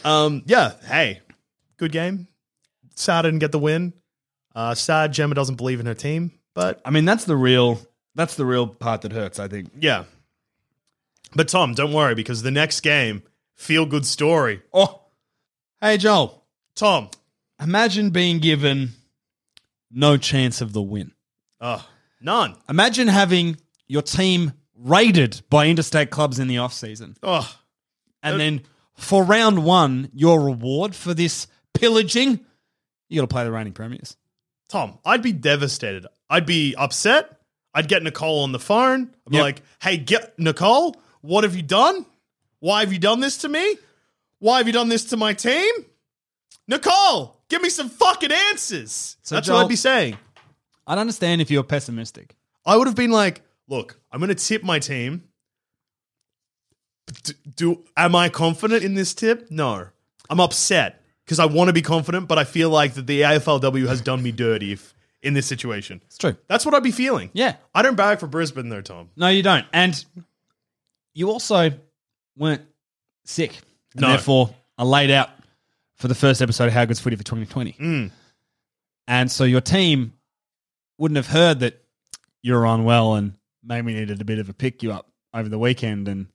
S3: um, yeah. Hey, good game. Sad I didn't get the win. Uh, sad Gemma doesn't believe in her team, but
S2: I mean, that's the real. That's the real part that hurts. I think.
S3: yeah. But Tom, don't worry because the next game, feel good story.
S2: Oh, hey Joel.
S3: Tom.
S2: Imagine being given no chance of the win.
S3: Oh, none.
S2: Imagine having your team raided by interstate clubs in the off season,
S3: Oh,
S2: and then for round one, your reward for this pillaging, you got to play the reigning premiers.
S3: Tom, I'd be devastated. I'd be upset. I'd get Nicole on the phone. I'd be
S2: Yep.
S3: like, hey, get Nicole, what have you done? Why have you done this to me? Why have you done this to my team? Nicole, give me some fucking answers.
S2: So,
S3: That's what
S2: Joel-
S3: I'd be saying.
S2: I'd understand if you're pessimistic.
S3: I would have been like, look, I'm going to tip my team. D- do am I confident in this tip? No. I'm upset because I want to be confident, but I feel like that the AFLW has done me dirty if, in this situation.
S2: It's true.
S3: That's what I'd be feeling.
S2: Yeah.
S3: I don't bag for Brisbane though, Tom.
S2: No, you don't. And you also weren't sick. And
S3: No.
S2: Therefore, I laid out for the first episode of How Good's Footy for 2020. And so your team wouldn't have heard that you were unwell and maybe needed a bit of a pick you up over the weekend. And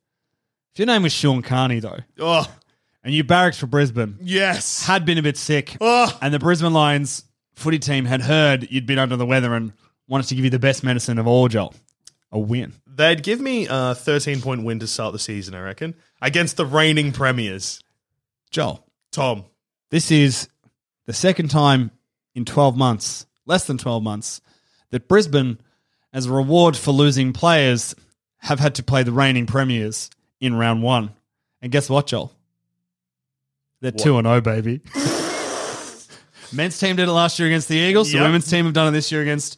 S2: if your name was Sean Carney, though,
S3: Oh
S2: and you barracks for Brisbane,
S3: yes.
S2: had been a bit sick,
S3: Oh,
S2: and the Brisbane Lions footy team had heard you'd been under the weather and wanted to give you the best medicine of all, Joel a win.
S3: they'd give me a 13 point win to start the season, I reckon, against the reigning premiers.
S2: Joel.
S3: Tom.
S2: This is the second time in 12 months, less than 12 months, that Brisbane, as a reward for losing players, have had to play the reigning premiers in round one. And guess what, Joel? They're 2 and 0, baby. Men's team did it last year against the Eagles. The
S3: Yep.
S2: women's team have done it this year against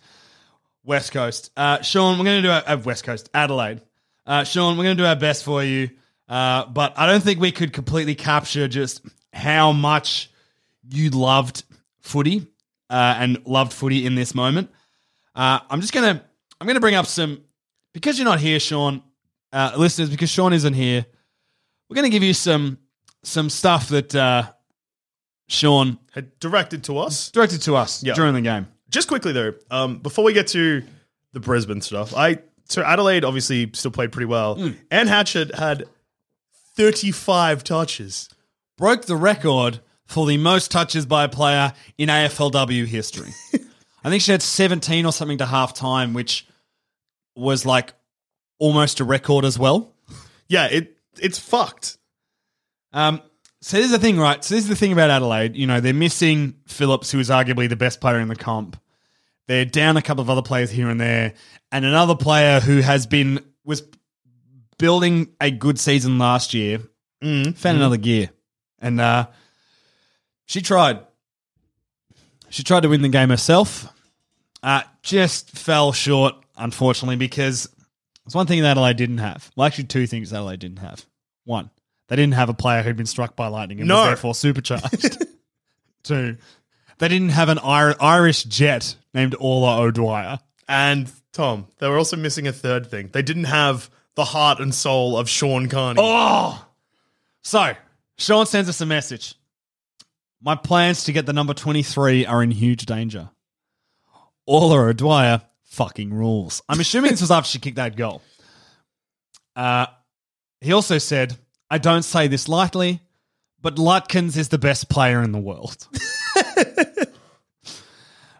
S2: West Coast. Uh, Sean, we're going to do our uh, West Coast, Adelaide. Uh, Sean, we're going to do our best for you, uh, but I don't think we could completely capture just how much you loved footy uh, and loved footy in this moment. Uh, I'm just gonna I'm gonna bring up some because you're not here, Sean, uh, listeners. Because Sean isn't here, we're gonna give you some some stuff that uh, Sean
S3: Had directed to us.
S2: directed to us
S3: Yeah.
S2: during the game.
S3: Just quickly though, um, before we get to the Brisbane stuff, I so Adelaide obviously still played pretty well. Anne Hatchett had 35 touches.
S2: broke the record for the most touches by a player in AFLW history. I think she had 17 or something to half time, which was like almost a record as well.
S3: Yeah, it it's fucked.
S2: Um, so this is the thing, right? So this is the thing about Adelaide. You know, they're missing Phillips, who is arguably the best player in the comp. They're down a couple of other players here and there, and another player who has been was building a good season last year. Found another gear, and uh, she tried. She tried to win the game herself. Uh, just fell short, unfortunately, because it's one thing that Adelaide didn't have. Well, actually, two things Adelaide didn't have. One, they didn't have a player who'd been struck by lightning and
S3: No.
S2: was therefore supercharged. Two, they didn't have an Ir- Irish jet named Orla O'Dwyer.
S3: And Tom, they were also missing a third thing. They didn't have the heart and soul of Sean Carney.
S2: Oh! So, Sean sends us a message. My plans to get the number 23 are in huge danger. Orla O'Dwyer fucking rules. I'm assuming this was after she kicked that goal. Uh, he also said, I don't say this lightly, but Lutkins is the best player in the world.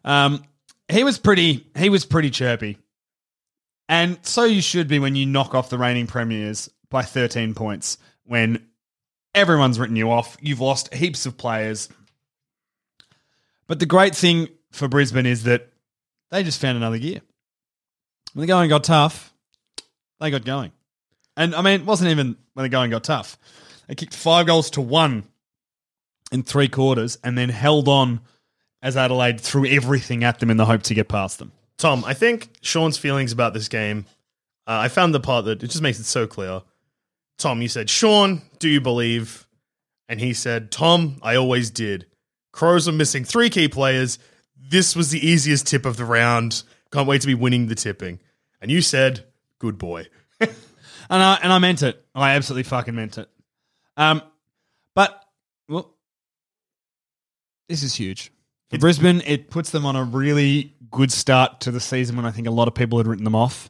S2: um, he was pretty he was pretty chirpy. And so you should be when you knock off the reigning premiers by 13 points when Everyone's written you off. You've lost heaps of players. But the great thing for Brisbane is that they just found another gear. When the going got tough, they got going. And I mean, it wasn't even when the going got tough. They kicked five goals to one in three quarters and then held on as Adelaide threw everything at them in the hope to get past them.
S3: Tom, I think Sean's feelings about this game, uh, I found the part that it just makes it so clear. Tom, you said, Sean, do you believe? And he said, Tom, I always did. Crows are missing three key players. This was the easiest tip of the round. Can't wait to be winning the tipping. And you said, good boy.
S2: And I, and I meant it. I absolutely fucking meant it. Um, but, well, this is huge. For Brisbane, it puts them on a really good start to the season when I think a lot of people had written them off.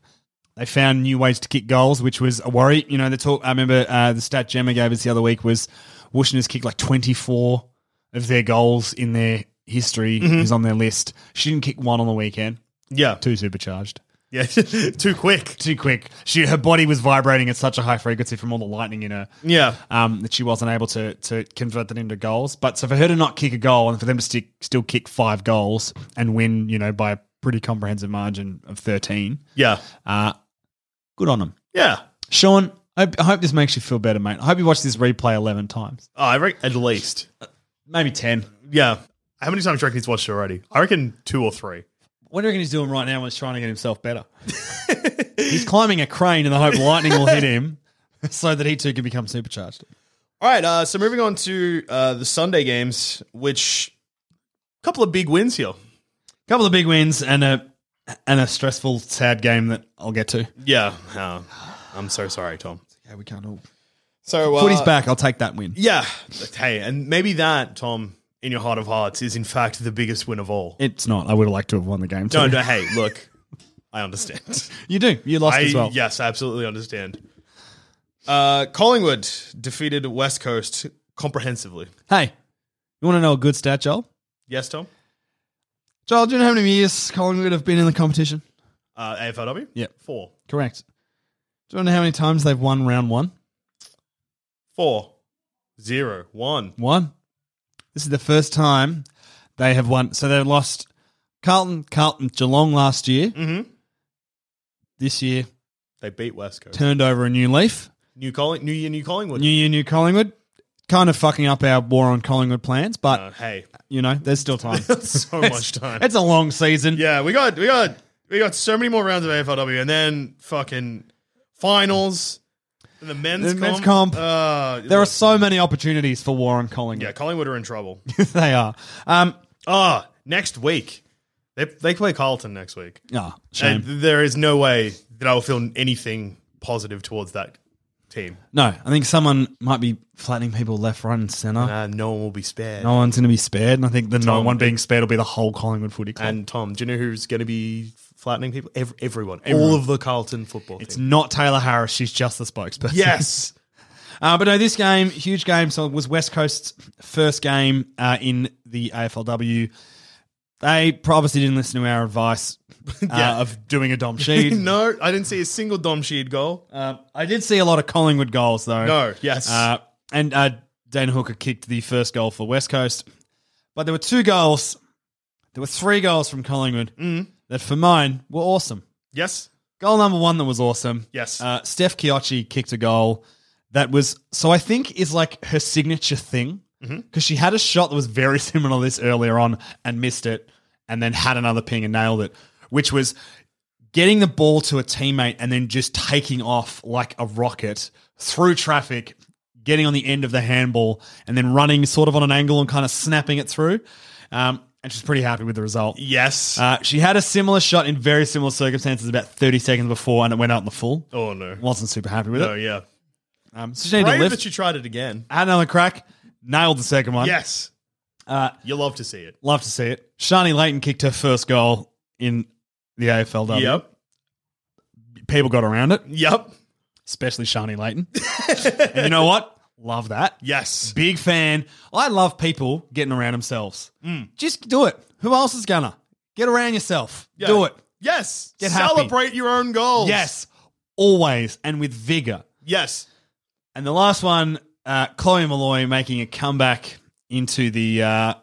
S2: They found new ways to kick goals, which was a worry. You know, the talk, I remember uh, the stat Gemma gave us the other week was Washington has kicked like 24 of their goals in their history, is on their list. She didn't kick one on the weekend,
S3: Yeah. Too,
S2: too supercharged
S3: yeah. too quick.
S2: too quick. She her body was vibrating at such a high frequency from all the lightning in her
S3: Yeah.
S2: um, that she wasn't able to to convert that into goals. But so for her to not kick a goal and for them to stick, still kick five goals and win, you know, by a pretty comprehensive margin of thirteen,
S3: Yeah.
S2: uh, good on them.
S3: Yeah.
S2: Sean, I, I hope this makes you feel better, mate. I hope you watch this replay eleven times,
S3: Oh, I reckon at least.
S2: maybe ten.
S3: Yeah. How many times do you reckon he's watched it already? I reckon two or three.
S2: What do you reckon he's doing right now when he's trying to get himself better? he's climbing a crane in the hope lightning will hit him so that he too can become supercharged.
S3: All right, uh, so moving on to uh, the Sunday games, which a couple of big wins here.
S2: couple of big wins and a and a stressful, sad game that I'll get to.
S3: Yeah, uh, I'm so sorry, Tom.
S2: Yeah, we can't all.
S3: So uh,
S2: Footy's back. I'll take that win.
S3: Yeah, hey, and maybe that, Tom, in your heart of hearts, is in fact the biggest win of all.
S2: It's not. I would have liked to have won the game. Too.
S3: No, no, hey, look, I understand.
S2: You do. You lost
S3: I
S2: as well.
S3: yes, I absolutely understand. Uh, Collingwood defeated West Coast comprehensively.
S2: Hey, you want to know a good stat, Joel?
S3: Yes, Tom.
S2: Joel, do you know how many years Collingwood have been in the competition?
S3: Uh, AFLW.
S2: Yep.
S3: four,
S2: Correct. Do you want to know how many times they've won round one?
S3: four, zero, one.
S2: One. This is the first time they have won. So they lost Carlton, Carlton, Geelong last year.
S3: Mm-hmm.
S2: This year,
S3: They beat West Coast.
S2: turned over a new leaf.
S3: New Colling, New Year, New Collingwood.
S2: New Year, New Collingwood. Kind of fucking up our war on Collingwood plans, but
S3: Uh, hey,
S2: you know, there's still time.
S3: so much time.
S2: It's a long season.
S3: yeah, we got we got we got so many more rounds of AFLW, and then fucking finals. And the men's
S2: The
S3: comp.
S2: men's comp.
S3: Uh,
S2: There are
S3: look,
S2: so many opportunities for war on
S3: yeah,
S2: Collingwood.
S3: Collingwood are in trouble.
S2: they are. Um,
S3: Ah, next week they they play Carlton next week,
S2: ah, shame.
S3: and there is no way that I will feel anything positive towards that team.
S2: no, I think someone might be flattening people left, right, and centre.
S3: Uh, no one will be spared.
S2: No one's going to be spared, and I think the no
S3: Tom,
S2: one being spared will be the whole Collingwood footy club.
S3: And Tom, do you know who's going to be flattening people? Ev- everyone. all
S2: Everyone.
S3: of the Carlton football.
S2: it's
S3: team.
S2: not Taylor Harris; she's just the spokesperson.
S3: yes.
S2: Uh, but no, this game, huge game. So it was West Coast's first game uh, in the AFLW. They obviously didn't listen to our advice uh,
S3: Yeah.
S2: of doing a dom sheet.
S3: no, I didn't see a single Dom Sheed goal.
S2: Um, I did see a lot of Collingwood goals, though.
S3: No, yes.
S2: Uh, and uh, Dan Hooker kicked the first goal for West Coast. But there were two goals. There were three goals from Collingwood
S3: Mm.
S2: that, for mine, were awesome.
S3: yes.
S2: Goal number one that was awesome.
S3: Yes.
S2: Uh, Steph Kiochi kicked a goal that was, so I think is like her signature thing because she had a shot that was very similar to this earlier on and missed it and then had another ping and nailed it, which was getting the ball to a teammate and then just taking off like a rocket through traffic, getting on the end of the handball and then running sort of on an angle and kind of snapping it through. Um, and she's pretty happy with the result.
S3: Yes.
S2: Uh, she had a similar shot in very similar circumstances about 30 seconds before, and it went out in the full.
S3: oh, no.
S2: Wasn't super happy with
S3: No,
S2: it.
S3: yeah.
S2: Um, so she needed
S3: Brave
S2: a
S3: that
S2: lift.
S3: you tried it again.
S2: Had another crack. Nailed the second one.
S3: Yes.
S2: Uh,
S3: you love to see it.
S2: Love to see it. Shani Layton kicked her first goal in the AFLW.
S3: Yep.
S2: People got around it,
S3: Yep.
S2: especially Shani Layton. and you know what? Love that.
S3: Yes.
S2: Big fan. I love people getting around themselves.
S3: Mm.
S2: Just do it. Who else is gonna? Get around yourself.
S3: Yeah.
S2: Do it.
S3: Yes.
S2: Get happy.
S3: Celebrate your own goals.
S2: Yes. Always and with vigor.
S3: Yes.
S2: And the last one uh, Chloe Malloy making a comeback into the uh,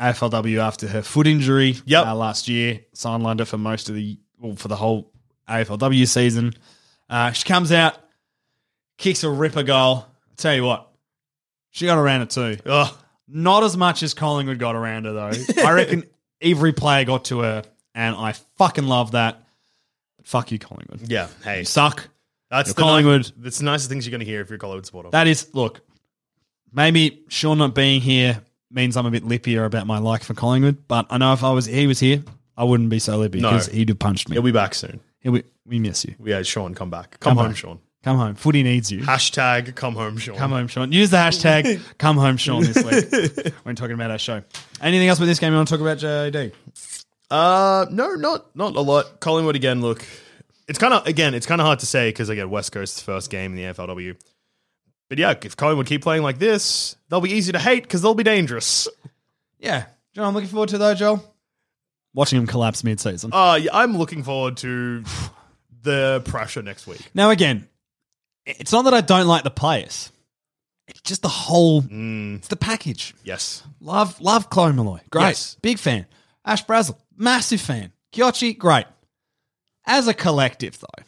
S2: AFLW after her foot injury
S3: Yep.
S2: uh, last year. Sidelined her for most of the well, for the whole AFLW season. Uh, she comes out, kicks a ripper goal. tell you what, she got around it too.
S3: Ugh.
S2: Not as much as Collingwood got around her though. I reckon every player got to her, and I fucking love that. But fuck you, Collingwood.
S3: Yeah. Hey,
S2: You suck.
S3: that's
S2: You're
S3: the
S2: Collingwood.
S3: Ni- that's the nicest things you're going to hear if you're a Collingwood supporter.
S2: That is, look, maybe Sean not being here means I'm a bit lippier about my like for Collingwood, but I know if I was he was here, I wouldn't be so lippy
S3: No.
S2: because he'd have punched me.
S3: He'll be back soon.
S2: He'll be- we miss you.
S3: Yeah, Sean, come back. Come,
S2: Come
S3: home,
S2: back.
S3: Sean.
S2: Come home. Footy needs you.
S3: Hashtag come home, Sean.
S2: Come home, Sean. Use the hashtag come home, Sean, this week when talking about our show. Anything else with this game you want to talk about, JD?
S3: Uh, no, not not a lot. Collingwood again. Look, it's kind of again, it's kind of hard to say because again, West Coast's first game in the AFLW. But yeah, if Collingwood keep playing like this, they'll be easy to hate because they'll be dangerous.
S2: Yeah. John, I'm looking forward to though, Joel. Watching him collapse mid season.
S3: Uh, yeah, I'm looking forward to the pressure next week.
S2: Now, again, it's not that I don't like the players. It's just the whole, it's the package.
S3: Yes,
S2: Love, love Chloe Malloy. Great.
S3: Yes.
S2: Big fan. Ash Brazel, massive fan. Kiochi, great. As a collective, though.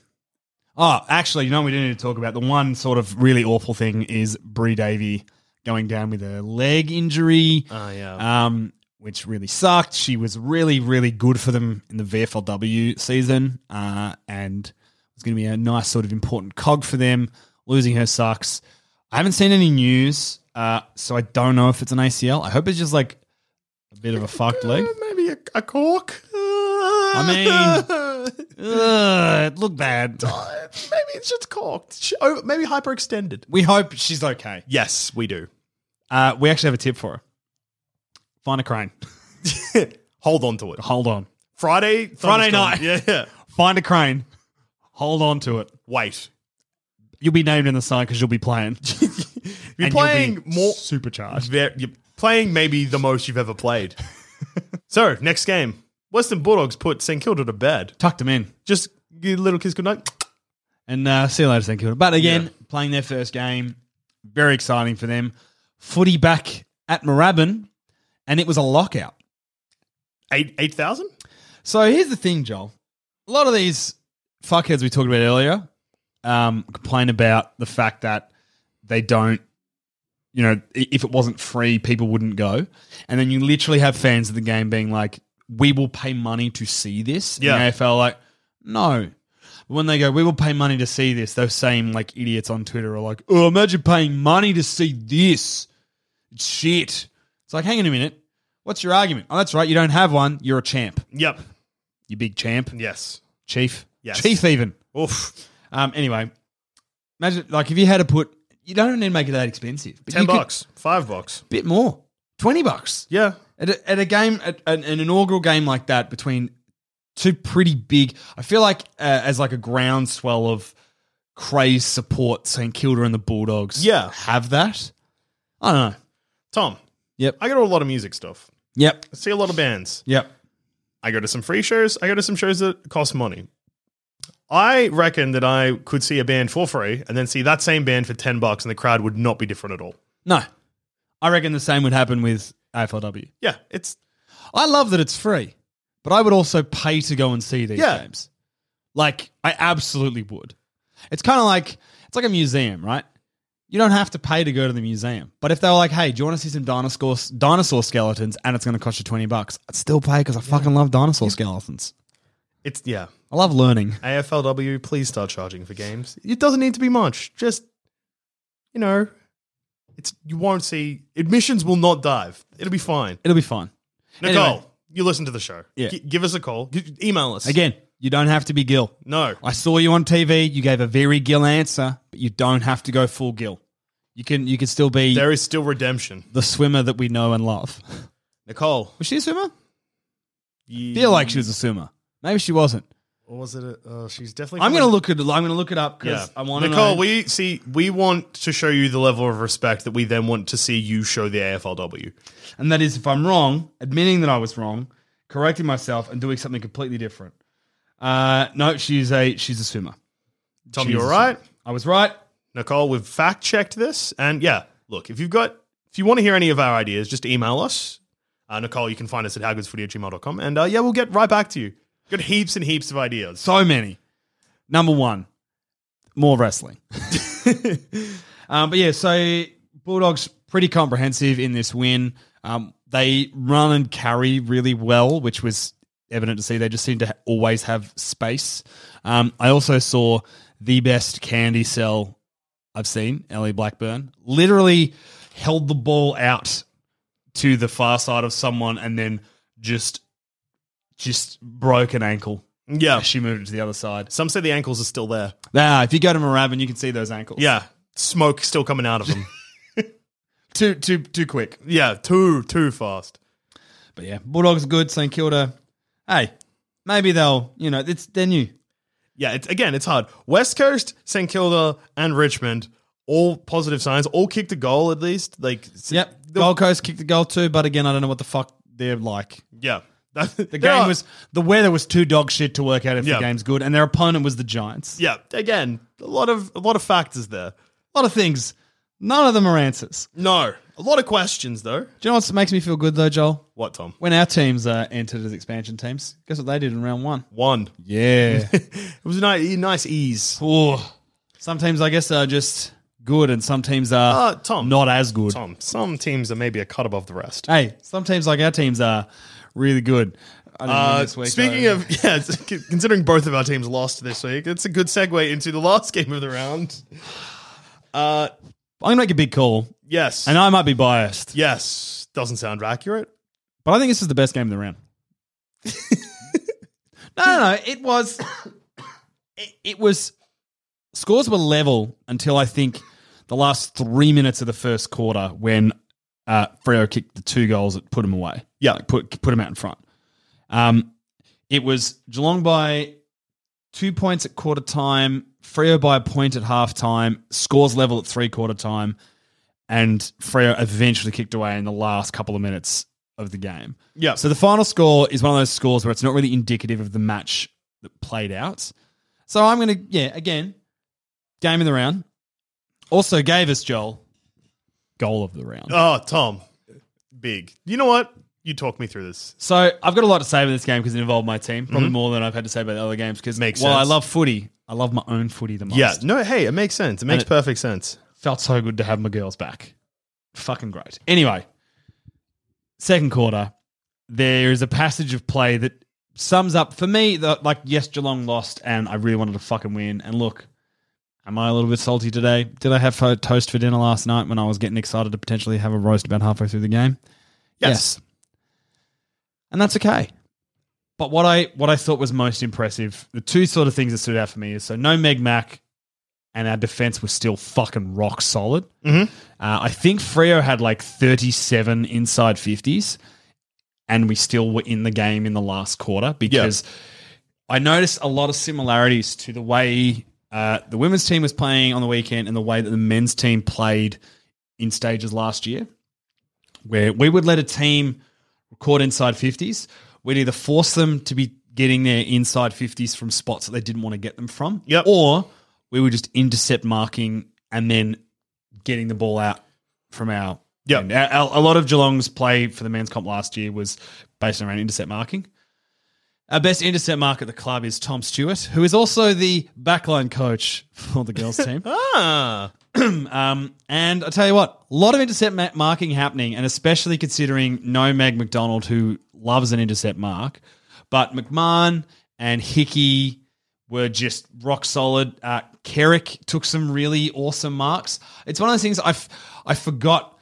S2: Oh, actually, you know, what we didn't need to talk about the one sort of really awful thing is Brie Davy going down with a leg injury.
S3: Oh, yeah.
S2: Um, which really sucked. She was really, really good for them in the VFLW season, uh, and it's going to be a nice sort of important cog for them. Losing her sucks. I haven't seen any news, uh, so I don't know if it's an ACL. I hope it's just like a bit of a fucked leg.
S3: Uh, maybe a, a cork.
S2: I
S3: mean,
S2: Ugh, it looked bad.
S3: maybe it's just corked. Sh- Oh, maybe hyperextended.
S2: We hope she's okay.
S3: Yes, we do.
S2: Uh, we actually have a tip for her. Find a crane.
S3: Hold on to it.
S2: Hold on.
S3: Friday,
S2: Friday
S3: thunderstorm.
S2: night.
S3: Yeah, yeah.
S2: Find a crane. Hold on to it.
S3: Wait.
S2: You'll be named in the side because you'll be playing. you'll
S3: You're playing more
S2: supercharged.
S3: Ver- you're playing maybe the most you've ever played. so, next game. Western Bulldogs put St Kilda to bed.
S2: Tucked them in.
S3: Just give a little kiss goodnight.
S2: And uh, see you later, St Kilda. But again,
S3: Yeah.
S2: playing their first game, very exciting for them. Footy back at Moorabbin, and it was a lockout.
S3: Eight eight thousand?
S2: So here's the thing, Joel. A lot of these fuckheads we talked about earlier um, complain about the fact that they don't, you know, i- if it wasn't free, people wouldn't go. And then you literally have fans of the game being like, we will pay money to see this. And
S3: Yeah.
S2: the AFL are like, no. But when they go, we will pay money to see this, those same like idiots on Twitter are like, oh, imagine paying money to see this. It's shit. It's like, hang on a minute. What's your argument? Oh, that's right. You don't have one. You're a champ
S3: Yep.
S2: you big champ,
S3: Yes.
S2: chief,
S3: Yes.
S2: chief even.
S3: Oof.
S2: Um, anyway, imagine like if you had to put, you don't need to make it that expensive. But
S3: Ten
S2: you could-
S3: bucks. Five bucks.
S2: bit more, twenty bucks
S3: Yeah.
S2: at a, at a game, at an, an inaugural game like that between two pretty big. I feel like uh, as like a groundswell of craze support, St Kilda and the Bulldogs.
S3: Yeah.
S2: have that. I don't know.
S3: Tom.
S2: Yep.
S3: I go to a lot of music stuff.
S2: Yep.
S3: I see a lot of bands.
S2: Yep.
S3: I go to some free shows. I go to some shows that cost money. I reckon that I could see a band for free and then see that same band for ten bucks and the crowd would not be different at all.
S2: No, I reckon the same would happen with AFLW.
S3: Yeah, it's
S2: I love that it's free, but I would also pay to go and see these
S3: Yeah.
S2: games. Like I absolutely would. It's kind of like it's like a museum, right? You don't have to pay to go to the museum, but if they were like, "Hey, do you want to see some dinosaur dinosaur skeletons?" and it's going to cost you twenty bucks, I'd still pay because I fucking love dinosaur skeletons.
S3: it's yeah.
S2: I love learning.
S3: AFLW, please start charging for games. It doesn't need to be much. Just you know, it's you won't see admissions will not dive. It'll be fine.
S2: It'll be fun.
S3: Nicole,
S2: Anyway.
S3: you listen to the show.
S2: Yeah.
S3: G- give us a call. G- email us
S2: Again, you don't have to be Gil.
S3: No,
S2: I saw you on TV. You gave a very Gil answer, but you don't have to go full Gil. You can you can still be
S3: there is still redemption.
S2: the swimmer that we know and love.
S3: Nicole,
S2: Was she a swimmer?
S3: you,
S2: feel like she was a swimmer. Maybe she wasn't.
S3: or was it? A, uh, she's definitely.
S2: I'm
S3: from a-
S2: gonna look it. I'm gonna look it up because I want to
S3: Nicole,
S2: know.
S3: we see we want to show you the level of respect that we then want to see you show the AFLW.
S2: and that is, if I'm wrong, admitting that I was wrong, correcting myself, and doing something completely different. Uh, no, she's a she's a swimmer.
S3: Tom,
S2: She's
S3: you
S2: a
S3: all right?
S2: swimmer. I was right.
S3: Nicole, we've fact checked this, and yeah, look, if you've got, if you want to hear any of our ideas, just email us. Uh, Nicole, you can find us at howgoodsfooty@gmail.com, and uh, yeah, we'll get right back to you. Got heaps and heaps of ideas.
S2: So many. Number one, more wrestling. um, but yeah, so Bulldogs pretty comprehensive in this win. Um, they run and carry really well, which was evident to see. They just seem to ha- always have space. Um, I also saw the best candy cell I've seen, Ellie Blackburn. Literally held the ball out to the far side of someone and then just just broke an ankle.
S3: Yeah,
S2: as She moved it to the other side.
S3: some say the ankles are still there.
S2: Nah, if you go to Moorabbin, you can see those ankles.
S3: Yeah, smoke still coming out of them.
S2: too too too quick.
S3: yeah, too too fast.
S2: But yeah, Bulldogs are good. St Kilda, hey, maybe they'll you know it's they're new.
S3: Yeah, it's, again, it's hard. West Coast, St Kilda, and Richmond, all positive signs. All kicked a goal at least. Like, s-
S2: Yep,
S3: the-
S2: Gold Coast kicked the goal too, but again, I don't know what the fuck they're like.
S3: yeah.
S2: The game was the weather was too dog shit to work out if
S3: Yeah.
S2: the game's good, and their opponent was the Giants.
S3: yeah. Again, a lot of a lot of factors there.
S2: A lot of things, none of them are answers.
S3: No, a lot of questions though.
S2: Do you know what makes me feel good though, Joel?
S3: What Tom?
S2: When our teams uh, entered as expansion teams, guess what they did in round one?
S3: One.
S2: Yeah.
S3: It was a nice, nice ease.
S2: Oh, some teams I guess are just good, and some teams are
S3: Uh, Tom.
S2: not as good.
S3: Tom, some teams are maybe a cut above the rest.
S2: Hey, some teams like our teams are really good. I don't know
S3: Uh,
S2: this week,
S3: speaking
S2: though.
S3: of, yeah, it's- considering both of our teams lost this week, it's a good segue into the last game of the round. Uh,
S2: I'm gonna make a big call,
S3: yes,
S2: and I might be biased,
S3: yes, doesn't sound accurate.
S2: but I think this is the best game of the round. no, no, no, it was, it, it was. Scores were level until I think the last three minutes of the first quarter when uh, Freo kicked the two goals that put him away.
S3: Yeah.
S2: Like, put put him out in front. Um, it was Geelong by two points at quarter time, Freo by a point at half time, scores level at three quarter time, and Freo eventually kicked away in the last couple of minutes of the game.
S3: Yeah.
S2: So the final score is one of those scores where it's not really indicative of the match that played out. So I'm going to, yeah, again, game of the round. Also gave us, Joel, goal of the round.
S3: Oh, Tom, big. You know what? You talk me through this.
S2: So I've got a lot to say about this game because it involved my team, probably more than I've had to say about the other games. Because
S3: Mm-hmm. Makes
S2: while
S3: sense.
S2: I love footy, I love my own footy the most.
S3: Yeah. No. Hey, it makes sense. It makes
S2: it-
S3: perfect sense.
S2: felt so good to have my girls back. Fucking great. Anyway, second quarter, there is a passage of play that sums up for me that like yes, Geelong lost, and I really wanted to fucking win. And look, am I a little bit salty today? Did I have fo- toast for dinner last night when I was getting excited to potentially have a roast about halfway through the game?
S3: Yes.
S2: and that's okay. But what I what I thought was most impressive, the two sort of things that stood out for me is so no Meg Mac, and our defense was still fucking rock solid. Uh, I think Frio had like thirty seven inside fifties, and we still were in the game in the last quarter because I noticed a lot of similarities to the way uh, the women's team was playing on the weekend and the way that the men's team played in stages last year, where we would let a team record inside 50s. We'd either force them to be getting their inside 50s from spots that they didn't want to get them from,
S3: Yep.
S2: or we were just intercept marking and then getting the ball out from our.
S3: Yep.
S2: end. A- a- a lot of Geelong's play for the men's comp last year was based around intercept marking. Our best intercept mark at the club is Tom Stewart, who is also the backline coach for the girls' team.
S3: Ah.
S2: um, and I tell you what, a lot of intercept ma- marking happening, and especially considering no Meg McDonald, who loves an intercept mark, but McMahon and Hickey were just rock solid. Uh, Kerrick took some really awesome marks. It's one of those things I, f- I forgot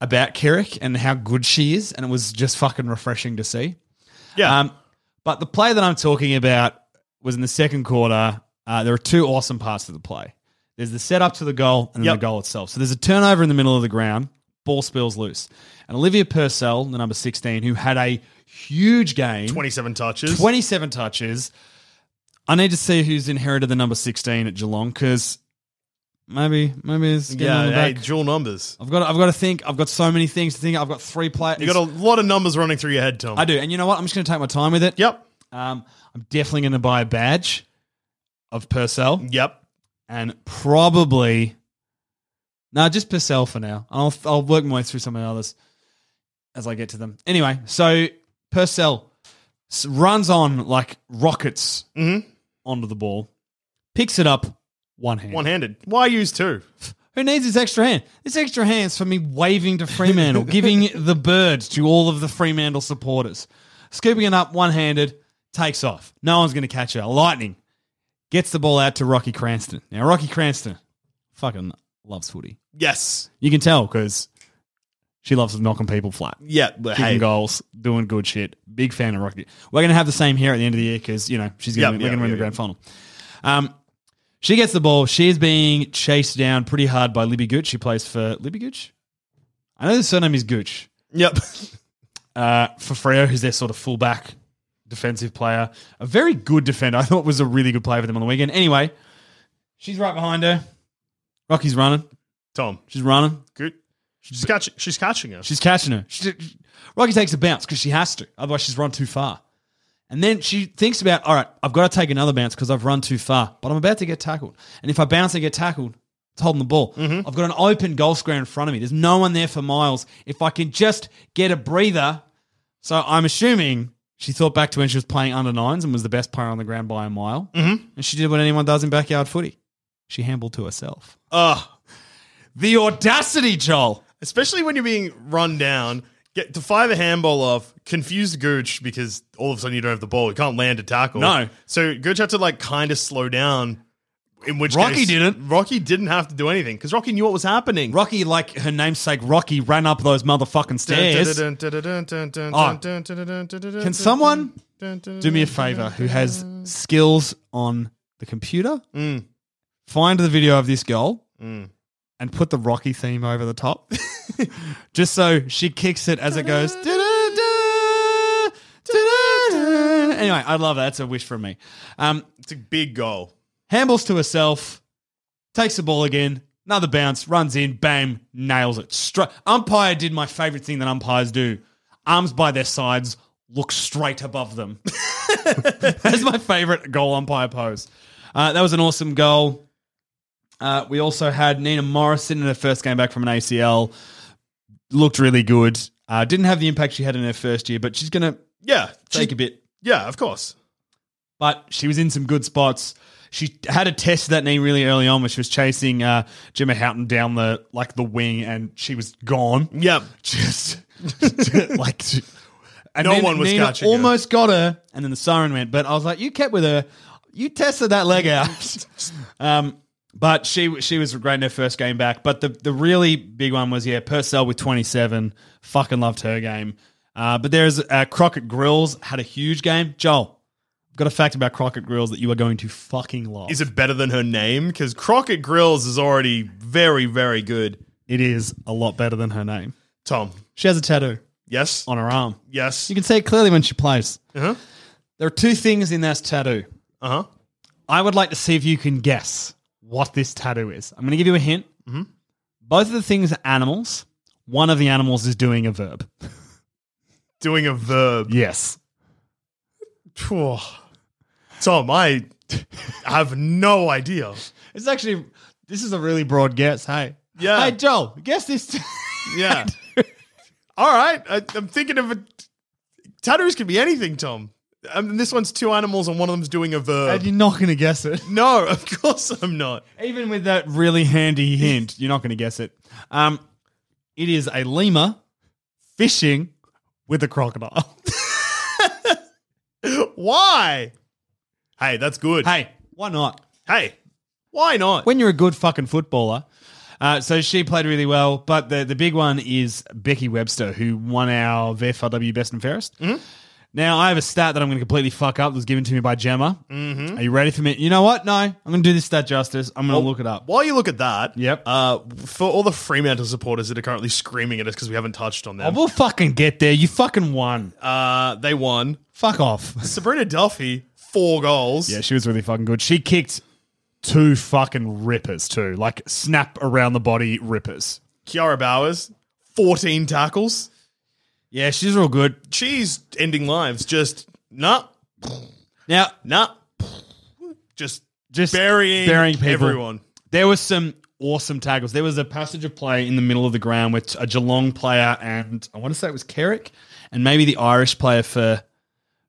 S2: about Kerrick and how good she is, and it was just fucking refreshing to see.
S3: Yeah.
S2: Um, but the play that I'm talking about was in the second quarter. Uh, there are two awesome parts to the play. There's the setup to the goal and then
S3: Yep.
S2: the goal itself. So there's a turnover in the middle of the ground, ball spills loose, and Olivia Purcell, the number 16, who had a huge game,
S3: Twenty-seven touches.
S2: 27 touches. I need to see who's inherited the number 16 at Geelong because maybe maybe it's getting on
S3: Yeah.
S2: the
S3: Hey,
S2: back.
S3: dual numbers.
S2: I've got I've got to think. I've got so many things to think. I've got three players.
S3: You got a lot of numbers running through your head, Tom.
S2: I do, and you know what? I'm just going to take my time with it.
S3: Yep.
S2: Um, I'm definitely going to buy a badge of Purcell
S3: Yep.
S2: and probably No, just Purcell for now. I'll I'll work my way through some of the others as I get to them. Anyway, so Purcell s- runs on like rockets onto the ball, picks it up one hand.
S3: One handed. Why use two?
S2: Who needs this extra hand? This extra hand's for me waving to Fremantle, giving the bird to all of the Fremantle supporters. Scooping it up one handed, takes off. No one's going to catch her. Lightning gets the ball out to Rocky Cranston. Now, Rocky Cranston fucking loves footy.
S3: Yes.
S2: You can tell because she loves knocking people flat.
S3: Yeah. But
S2: Kicking
S3: hey,
S2: goals, doing good shit. Big fan of Rocky. We're going to have the same here at the end of the year because, you know, she's
S3: Yep,
S2: going to
S3: yeah,
S2: we're going to win
S3: yeah,
S2: the grand
S3: yeah.
S2: final. Um, she gets the ball. She is being chased down pretty hard by Libby Gooch. She plays for Libby Gooch. I know the surname is Gooch.
S3: Yep.
S2: Uh, for Freo, who's their sort of fullback defensive player, a very good defender. I thought was a really good player for them on the weekend. Anyway, she's right behind her. Rocky's running.
S3: Tom.
S2: She's running.
S3: Good. She's catching. She's catching us.
S2: She's catching her. She, Rocky takes a bounce because she has to. Otherwise, she's run too far. And then she thinks about, all right, I've got to take another bounce because I've run too far, but I'm about to get tackled. And if I bounce and get tackled, it's holding the ball. I've got an open goal square in front of me. There's no one there for miles. If I can just get a breather. So I'm assuming she thought back to when she was playing under nines and was the best player on the ground by a mile. Mm-hmm. And she did what anyone does in backyard footy she handled to herself.
S3: Ugh.
S2: The audacity, Joel.
S3: Especially when you're being run down. Get to fire the handball off, confuse Gooch because all of a sudden you don't have the ball. You can't land a tackle.
S2: No.
S3: So Gooch had to like kind of slow down. In which
S2: Rocky
S3: case-
S2: didn't.
S3: Rocky didn't have to do anything because Rocky knew what was happening.
S2: Rocky, like her namesake Rocky, ran up those motherfucking stairs. Can
S3: Can
S2: someone do me a favor who has skills on the computer?
S3: Mm.
S2: Find the video of this goal and put the Rocky theme over the top. Just so she kicks it as it goes. Anyway, I love that. That's a wish from me. Um,
S3: It's a big goal.
S2: handles to herself, takes the ball again, another bounce, runs in, bam, nails it. Stri- umpire did my favorite thing that umpires do arms by their sides, look straight above them. That's my favorite goal umpire pose. Uh, that was an awesome goal. Uh, we also had Nina Morrison in her first game back from an ACL. Looked really good. Uh, didn't have the impact she had in her first year, but she's going to
S3: Yeah.
S2: take a bit
S3: Yeah, of course.
S2: but she was in some good spots. She had a test of that knee really early on, where she was chasing uh, Gemma Houghton down the like the wing, and she was gone.
S3: Yep.
S2: Just like, and
S3: No
S2: then
S3: one was
S2: Nina
S3: catching her.
S2: Almost got her, and then the siren went. But I was like, you kept with her. You tested that leg out. um, but she she was great in her first game back. But the the really big one was yeah, Purcell with twenty seven. Fucking loved her game. Uh, but there's uh, Crockett Grills had a huge game. Joel, I've got a fact about Crockett Grills that you are going to fucking love.
S3: Is it better than her name? Because Crockett Grills is already very, very good.
S2: it is a lot better than her name.
S3: Tom.
S2: She has a tattoo
S3: Yes.
S2: on her arm. Oh,
S3: Yes.
S2: You can see it clearly when she plays.
S3: Uh huh.
S2: There are two things in this tattoo.
S3: Uh huh.
S2: I would like to see if you can guess what this tattoo is. I'm going to give you a hint. Both of the things are animals. One of the animals is doing a verb.
S3: Doing a verb.
S2: Yes.
S3: Phew. Tom, I have no idea.
S2: It's actually, this is a really broad guess. Hey.
S3: Yeah.
S2: Hey, Joel, guess this. t-
S3: Yeah. All right. I, I'm thinking of a. Tattoos can be anything, Tom. I mean, this one's two animals and one of them's doing a verb.
S2: and you're not going to guess it.
S3: no, of course I'm not.
S2: Even with that really handy hint, you're not going to guess it. Um, it is a lemur fishing with a crocodile.
S3: Why? Hey, that's good.
S2: hey, why not?
S3: Hey, why not?
S2: When you're a good fucking footballer. Uh, so she played really well, but the, the big one is Becky Webster, who won our VFRW Best and Fairest. Now, I have a stat that I'm going to completely fuck up that was given to me by Gemma. Mm-hmm. Oh, Are you ready for me? You know what? No, I'm going to do this stat justice. I'm going to look it up.
S3: While you look at that,
S2: Yep.
S3: Uh, for all the Fremantle supporters that are currently screaming at us because we haven't touched on
S2: I
S3: them,
S2: will fucking get there. You fucking won.
S3: uh, they won.
S2: Fuck off.
S3: Sabrina Duffy four goals.
S2: Yeah, she was really fucking good. She kicked two fucking rippers too, like snap around the body rippers.
S3: Kiara Bowers fourteen tackles.
S2: Yeah, she's real good.
S3: She's ending lives. Just nah,
S2: Now,
S3: nah. Just
S2: Just
S3: burying
S2: burying people.
S3: everyone.
S2: there was some awesome tackles. There was a passage of play in the middle of the ground with a Geelong player and I want to say it was Kerrick and maybe the Irish player for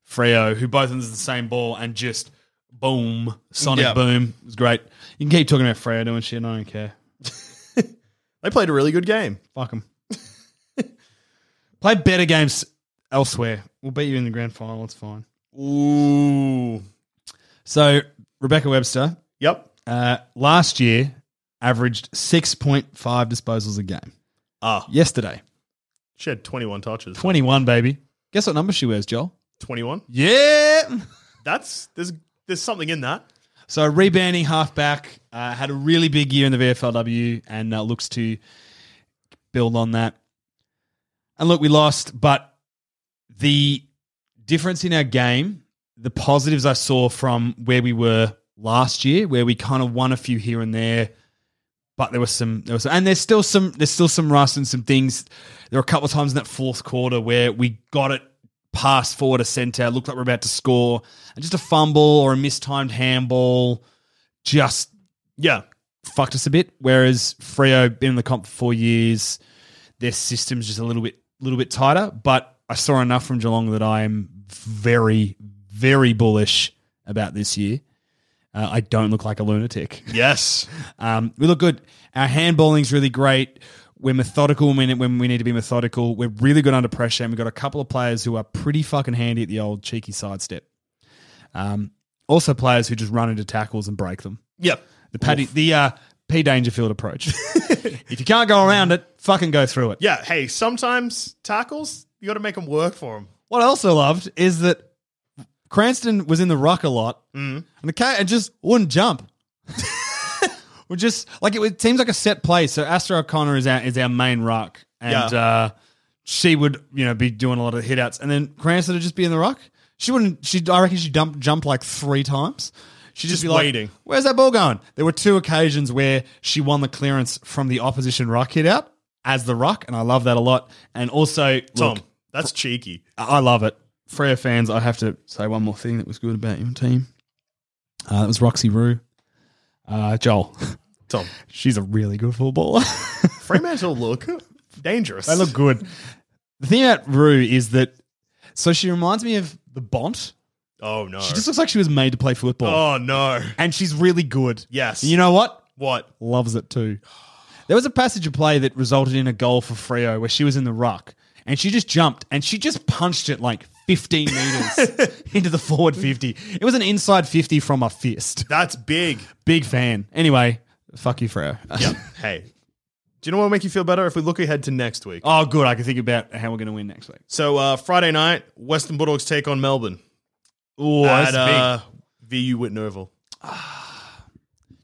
S2: Freo, who both ends the same ball and just boom, sonic
S3: Yeah.
S2: boom. It was great. You can keep talking about Freo doing shit. I don't care.
S3: They played a really good game.
S2: Fuck them. Play better games elsewhere. We'll beat you in the grand final. It's fine.
S3: Ooh.
S2: So Rebecca Webster
S3: Yep.
S2: uh, last year averaged six point five disposals a game.
S3: Ah,
S2: Yesterday,
S3: she had 21 touches.
S2: twenty one, baby. Guess what number she wears, Joel?
S3: 21.
S2: Yeah.
S3: That's there's there's something in that.
S2: So rebounding halfback uh, had a really big year in the VFLW and uh, looks to build on that. And look, we lost, but the difference in our game, the positives I saw from where we were last year, where we kind of won a few here and there, but there was some, there was, and there's still some, there's still some rust and some things. There were a couple of times in that fourth quarter where we got it passed forward a center, looked like we are about to score, and just a fumble or a mistimed handball just
S3: Yeah.
S2: fucked us a bit. Whereas Frio been in the comp for four years, their system's just a little bit little bit tighter. But I saw enough from Geelong that I am very very bullish about this year. Uh, I don't look like a lunatic.
S3: Yes.
S2: Um, we look good. Our handballing's really great. We're methodical when when we need to be methodical. We're really good under pressure, and we've got a couple of players who are pretty fucking handy at the old cheeky sidestep. Um, also, players who just run into tackles and break them.
S3: Yep.
S2: The Paddy, the uh, P Dangerfield approach. if you can't go around it, fucking go through it.
S3: Yeah. Hey, sometimes tackles you got to make them work for them.
S2: What I also loved is that Cranston was in the ruck a lot,
S3: Mm.
S2: and the cat and just wouldn't jump. We're just like it, was- seems like a set play. So Astra O'Connor is our is our main ruck, and
S3: Yeah.
S2: uh, she would you know be doing a lot of hit outs, and then Cranston would just be in the ruck. She wouldn't. She I reckon she dumped jumped like three times. She'd just,
S3: Just
S2: be like,
S3: waiting.
S2: "Where's that ball going?" There were two occasions where she won the clearance from the opposition ruck hit out as the ruck, and I love that a lot. And also,
S3: Tom,
S2: look,
S3: that's cheeky.
S2: I love it. Freo fans, I have to say one more thing that was good about your team. Uh, that was Roxy Rue. Uh, Joel,
S3: Tom,
S2: she's a really good footballer.
S3: Fremantle look dangerous.
S2: they look good. The thing about Rue is that, so she reminds me of the Bont.
S3: Oh no.
S2: She just looks like she was made to play football.
S3: oh no.
S2: And she's really good.
S3: Yes.
S2: You know what?
S3: What?
S2: loves it too. There was a passage of play that resulted in a goal for Frio where she was in the ruck and she just jumped and she just punched it like 15 meters into the forward 50. It was an inside 50 from a fist.
S3: That's big.
S2: Big fan. Anyway, fuck you, Frio.
S3: hey. Do you know what will make you feel better if we look ahead to next week?
S2: oh, good. I can think about how we're going to win next week.
S3: So uh, Friday night, Western Bulldogs take on Melbourne
S2: Oh,
S3: at uh, VU Witten Oval.
S2: Do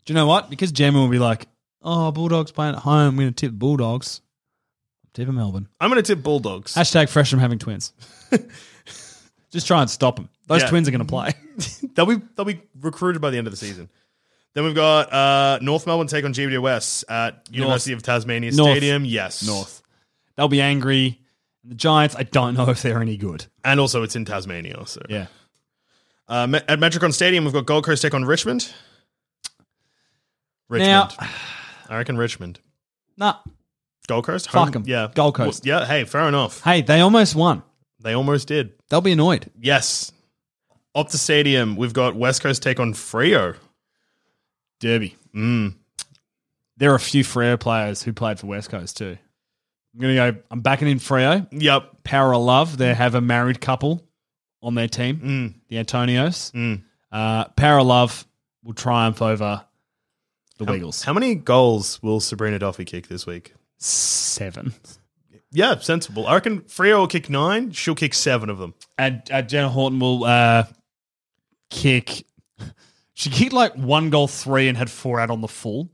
S2: you know what? Because Gemma will be like, oh, Bulldogs playing at home. We're going to tip Bulldogs. Tip 'em Melbourne.
S3: I'm going to tip Bulldogs.
S2: Hashtag fresh from having twins. just try and stop them. Those
S3: Yeah.
S2: twins are going to play.
S3: they'll be they'll be recruited by the end of the season. Then we've got uh, North Melbourne take on GWS at University of Tasmania
S2: North.
S3: Stadium. Yes,
S2: North. They'll be angry. The Giants, I don't know if they're any good.
S3: and also it's in Tasmania. So
S2: Yeah.
S3: uh, Me- at Metricon Stadium, we've got Gold Coast take on Richmond.
S2: Now-
S3: Richmond, I reckon Richmond.
S2: Nah.
S3: Gold Coast,
S2: Fuck 'em.
S3: Yeah,
S2: Gold Coast.
S3: Well, yeah, hey, fair enough.
S2: Hey, they almost won.
S3: They almost did.
S2: They'll be annoyed.
S3: Yes, Optus Stadium. We've got West Coast take on Frio.
S2: Derby.
S3: Mm.
S2: There are a few Freo players who played for West Coast too. I'm going to go, I'm backing in Freo.
S3: Yep.
S2: Power of Love. They have a married couple on their team,
S3: Mm.
S2: the Antonios.
S3: Mm.
S2: Uh, Power of Love will triumph over the Wiggles.
S3: How many goals will Sabrina Duffy kick this week?
S2: Seven.
S3: Yeah, sensible. I reckon Freo will kick nine. She'll kick seven of them.
S2: And uh, Jenna Horton will uh, kick. She kicked like one goal three and had four out on the full.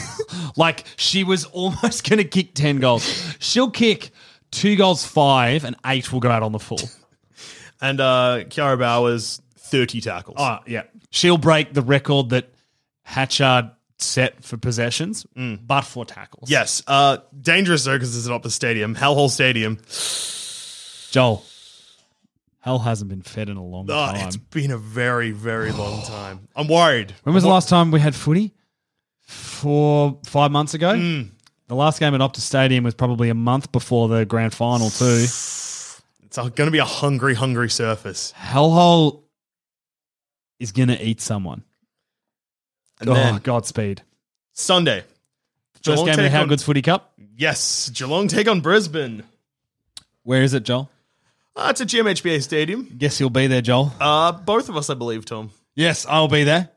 S2: like she was almost going to kick 10 goals. She'll kick two goals five and eight will go out on the full.
S3: And uh, Kiara Bowers, 30 tackles.
S2: Oh, yeah. She'll break the record that Hatchard set for possessions, but for tackles.
S3: yes. Uh, dangerous, though, because it's at Optus Stadium, Hellhole Stadium.
S2: Joel, hell hasn't been fed in a long
S3: Oh,
S2: time.
S3: it's been a very, very long time. I'm worried.
S2: When was the last time we had footy? four, five months ago. The last game at Optus Stadium was probably a month before the grand final too.
S3: It's going to be a hungry, hungry surface.
S2: Hellhole is gonna eat someone.
S3: And
S2: oh,
S3: then
S2: Godspeed.
S3: Ah, Sunday.
S2: First
S3: Geelong
S2: game of the
S3: take
S2: How
S3: on-
S2: Good's Footy Cup.
S3: Yes, Geelong take on Brisbane.
S2: Where is it, Joel?
S3: Uh, it's a GMHBA stadium.
S2: Guess you'll be there, Joel.
S3: Uh, both of us, I believe, Tom.
S2: Yes, I'll be there.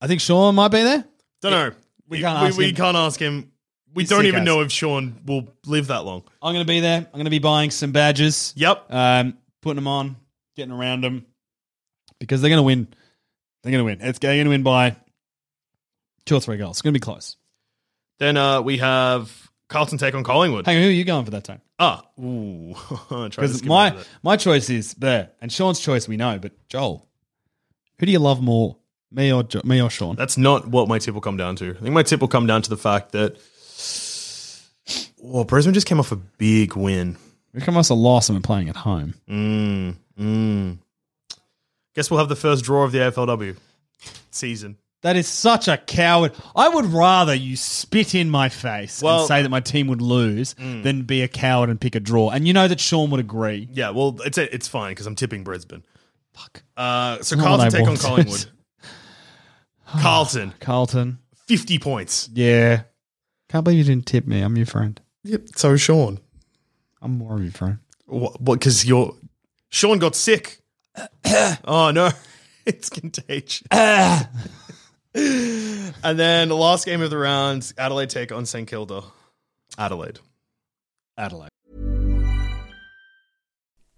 S2: I think Sean might be there.
S3: Don't know.
S2: we can't ask
S3: we,
S2: him.
S3: can't ask him. We
S2: He's
S3: don't
S2: sick
S3: even
S2: ass.
S3: know if Sean will live that long.
S2: I'm going to be there. I'm going to be buying some badges.
S3: Yep.
S2: Um, putting them on, getting around them, because they're going to win. They're going to win. It's going to win by two or three goals. It's going to be close.
S3: Then uh, we have Carlton take on Collingwood.
S2: Hang on, who are you going for that time?
S3: Ah, ooh. Try to
S2: Because
S3: skip
S2: my
S3: over that.
S2: my choice is there, and Sean's choice we know. But Joel, who do you love more, me or jo- me or Sean?
S3: That's not what my tip will come down to. I think my tip will come down to the fact that well, Brisbane just came off a big win.
S2: We come us a loss, and we're playing at home.
S3: Mm, mm. Guess we'll have the first draw of the AFLW season.
S2: That is such a coward. I would rather you spit in my face
S3: Well-
S2: and say that my team would lose than be a coward and pick a draw. And you know that Sean would agree.
S3: Yeah, well, it's it's fine because I'm tipping Brisbane.
S2: Fuck.
S3: Uh, so
S2: not what I
S3: Carlton take on
S2: wanted.
S3: Collingwood. Carlton,
S2: Carlton.
S3: 50 points.
S2: Yeah. Can't believe you didn't tip me. I'm your friend.
S3: Yep, so Sean.
S2: I'm more of your friend.
S3: What? Because you're. Sean got sick. oh, no. It's contagious. and then the last game of the round Adelaide take on St Kilda. Adelaide.
S2: Adelaide.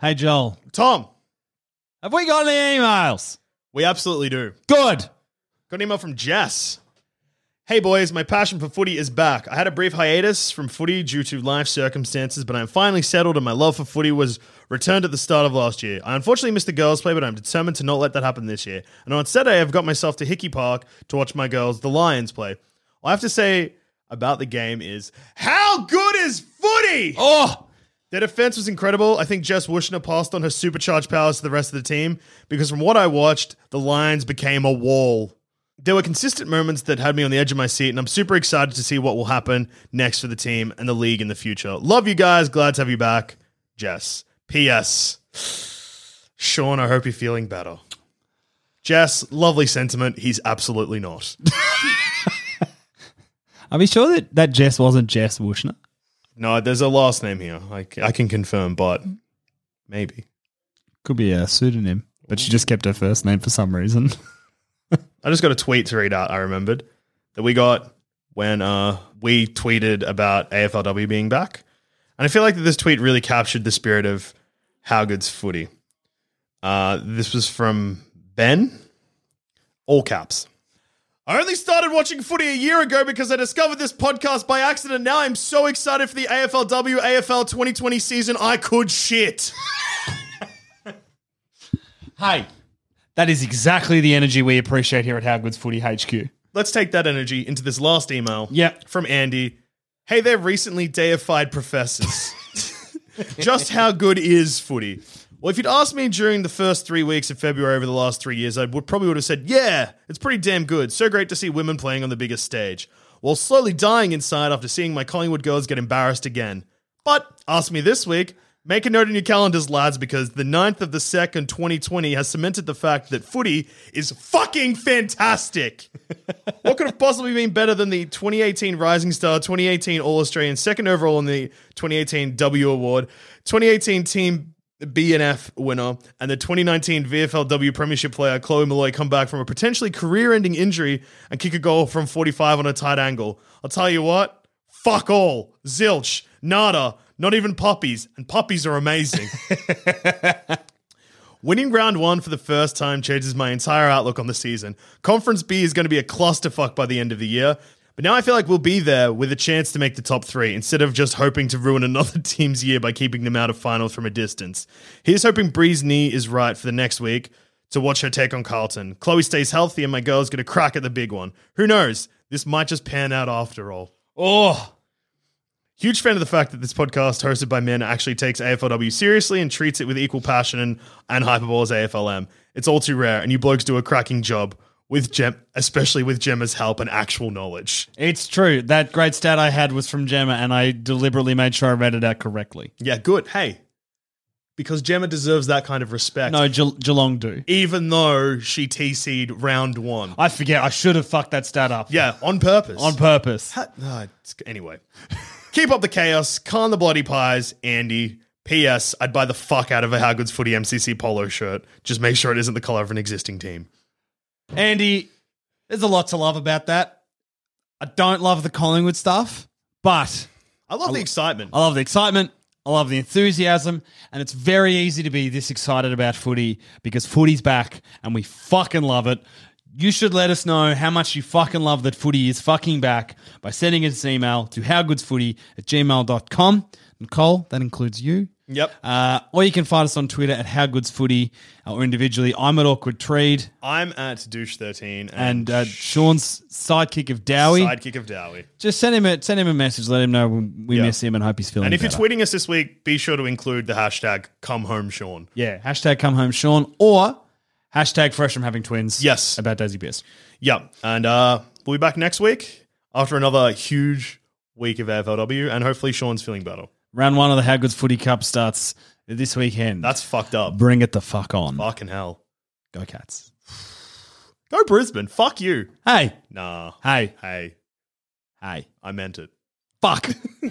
S2: Hey, Joel.
S3: Tom,
S2: Have we got any emails?
S3: we absolutely do.
S2: Good.
S3: Got an email from Jess. Hey boys, my passion for footy is back. I had a brief hiatus from footy due to life circumstances, but I'm finally settled and my love for footy was returned at the start of last year. I unfortunately missed the girls' play, but I'm determined to not let that happen this year. And on Saturday, I've got myself to Hickey Park to watch my girls, the Lions, play. All I have to say about the game is how good is footy?
S2: Oh,
S3: Their defense was incredible. I think Jess Wushner passed on her supercharged powers to the rest of the team because from what I watched, the Lions became a wall. There were consistent moments that had me on the edge of my seat, and I'm super excited to see what will happen next for the team and the league in the future. Love you guys. Glad to have you back, Jess. P.S. Sean, I hope you're feeling better. Jess, lovely sentiment. He's absolutely not.
S2: are we sure that that Jess wasn't Jess Wushner?
S3: no, there's a last name here. I, I can confirm, but maybe.
S2: Could be a pseudonym, but she just kept her first name for some reason.
S3: I just got a tweet to read out. I remembered that we got when uh, we tweeted about AFLW being back, and I feel like that this tweet really captured the spirit of how good's footy. Uh, this was from Ben, all caps. I only started watching footy a year ago because I discovered this podcast by accident. Now I'm so excited for the AFLW AFL 2020 season. I could shit.
S2: Hey, that is exactly the energy we appreciate here at How Good's Footy HQ.
S3: Let's take that energy into this last email.
S2: Yep.
S3: From Andy. Hey there, recently deified professors. Just how good is footy? Well, if you'd asked me during the first three weeks of February over the last three years, I would probably would have said, yeah, it's pretty damn good. So great to see women playing on the biggest stage. While slowly dying inside after seeing my Collingwood girls get embarrassed again. But ask me this week. Make a note in your calendars, lads, because the 9th of the 2nd, 2020 has cemented the fact that footy is fucking fantastic. what could have possibly been better than the 2018 Rising Star, 2018 All Australian, second overall in the 2018 W Award, 2018 Team BNF winner, and the 2019 VFLW Premiership player Chloe Malloy come back from a potentially career ending injury and kick a goal from 45 on a tight angle? I'll tell you what, fuck all, zilch, nada, not even puppies, and puppies are amazing. Winning round one for the first time changes my entire outlook on the season. Conference B is going to be a clusterfuck by the end of the year, but now I feel like we'll be there with a chance to make the top three instead of just hoping to ruin another team's year by keeping them out of finals from a distance. Here's hoping Bree's knee is right for the next week to watch her take on Carlton. Chloe stays healthy, and my girl's going to crack at the big one. Who knows? This might just pan out after all.
S2: Oh,
S3: Huge fan of the fact that this podcast, hosted by men, actually takes AFLW seriously and treats it with equal passion and, and hyperbole as AFLM. It's all too rare, and you blokes do a cracking job with Gem, especially with Gemma's help and actual knowledge.
S2: it's true. That great stat I had was from Gemma, and I deliberately made sure I read it out correctly.
S3: Yeah, good. Hey, because Gemma deserves that kind of respect.
S2: No, Ge- Geelong do.
S3: even though she TC'd round one.
S2: I forget. I should have fucked that stat up.
S3: yeah, on purpose.
S2: on purpose.
S3: Ha- ah, it's- anyway, keep up the chaos. Con the bloody pies, Andy. P.S. I'd buy the fuck out of a How Good's Footy MCC polo shirt. Just make sure it isn't the color of an existing team.
S2: Andy, there's a lot to love about that. I don't love the Collingwood stuff, but
S3: I love the excitement.
S2: I love the excitement. I love the enthusiasm, and it's very easy to be this excited about footy because footy's back and we fucking love it. You should let us know how much you fucking love that footy is fucking back by sending us an email to howgoodsfooty at gmail.com. And Cole, that includes you.
S3: yep.
S2: Uh, or you can find us on Twitter at howgoodsfooty uh, or individually. I'm at awkward treed
S3: I'm at douche13 and,
S2: and uh, Sean's sidekick of Dowie.
S3: sidekick of Dowie.
S2: Just send him a send him a message. Let him know we, we
S3: Yeah.
S2: miss him and hope he's feeling.
S3: And if you're
S2: better.
S3: tweeting us this week, be sure to include the hashtag come home Sean.
S2: Yeah, hashtag come home Sean or hashtag fresh from having twins.
S3: Yes.
S2: About Daisy Pierce.
S3: Yep. And uh, we'll be back next week after another huge week of AFLW and hopefully Sean's feeling better.
S2: Round one of the How Goods Footy Cup starts this weekend.
S3: That's fucked up.
S2: Bring it the fuck on.
S3: Fucking hell.
S2: Go Cats.
S3: Go Brisbane. Fuck you.
S2: Hey,
S3: Nah.
S2: hey,
S3: Hey,
S2: hey.
S3: I meant it.
S2: Fuck.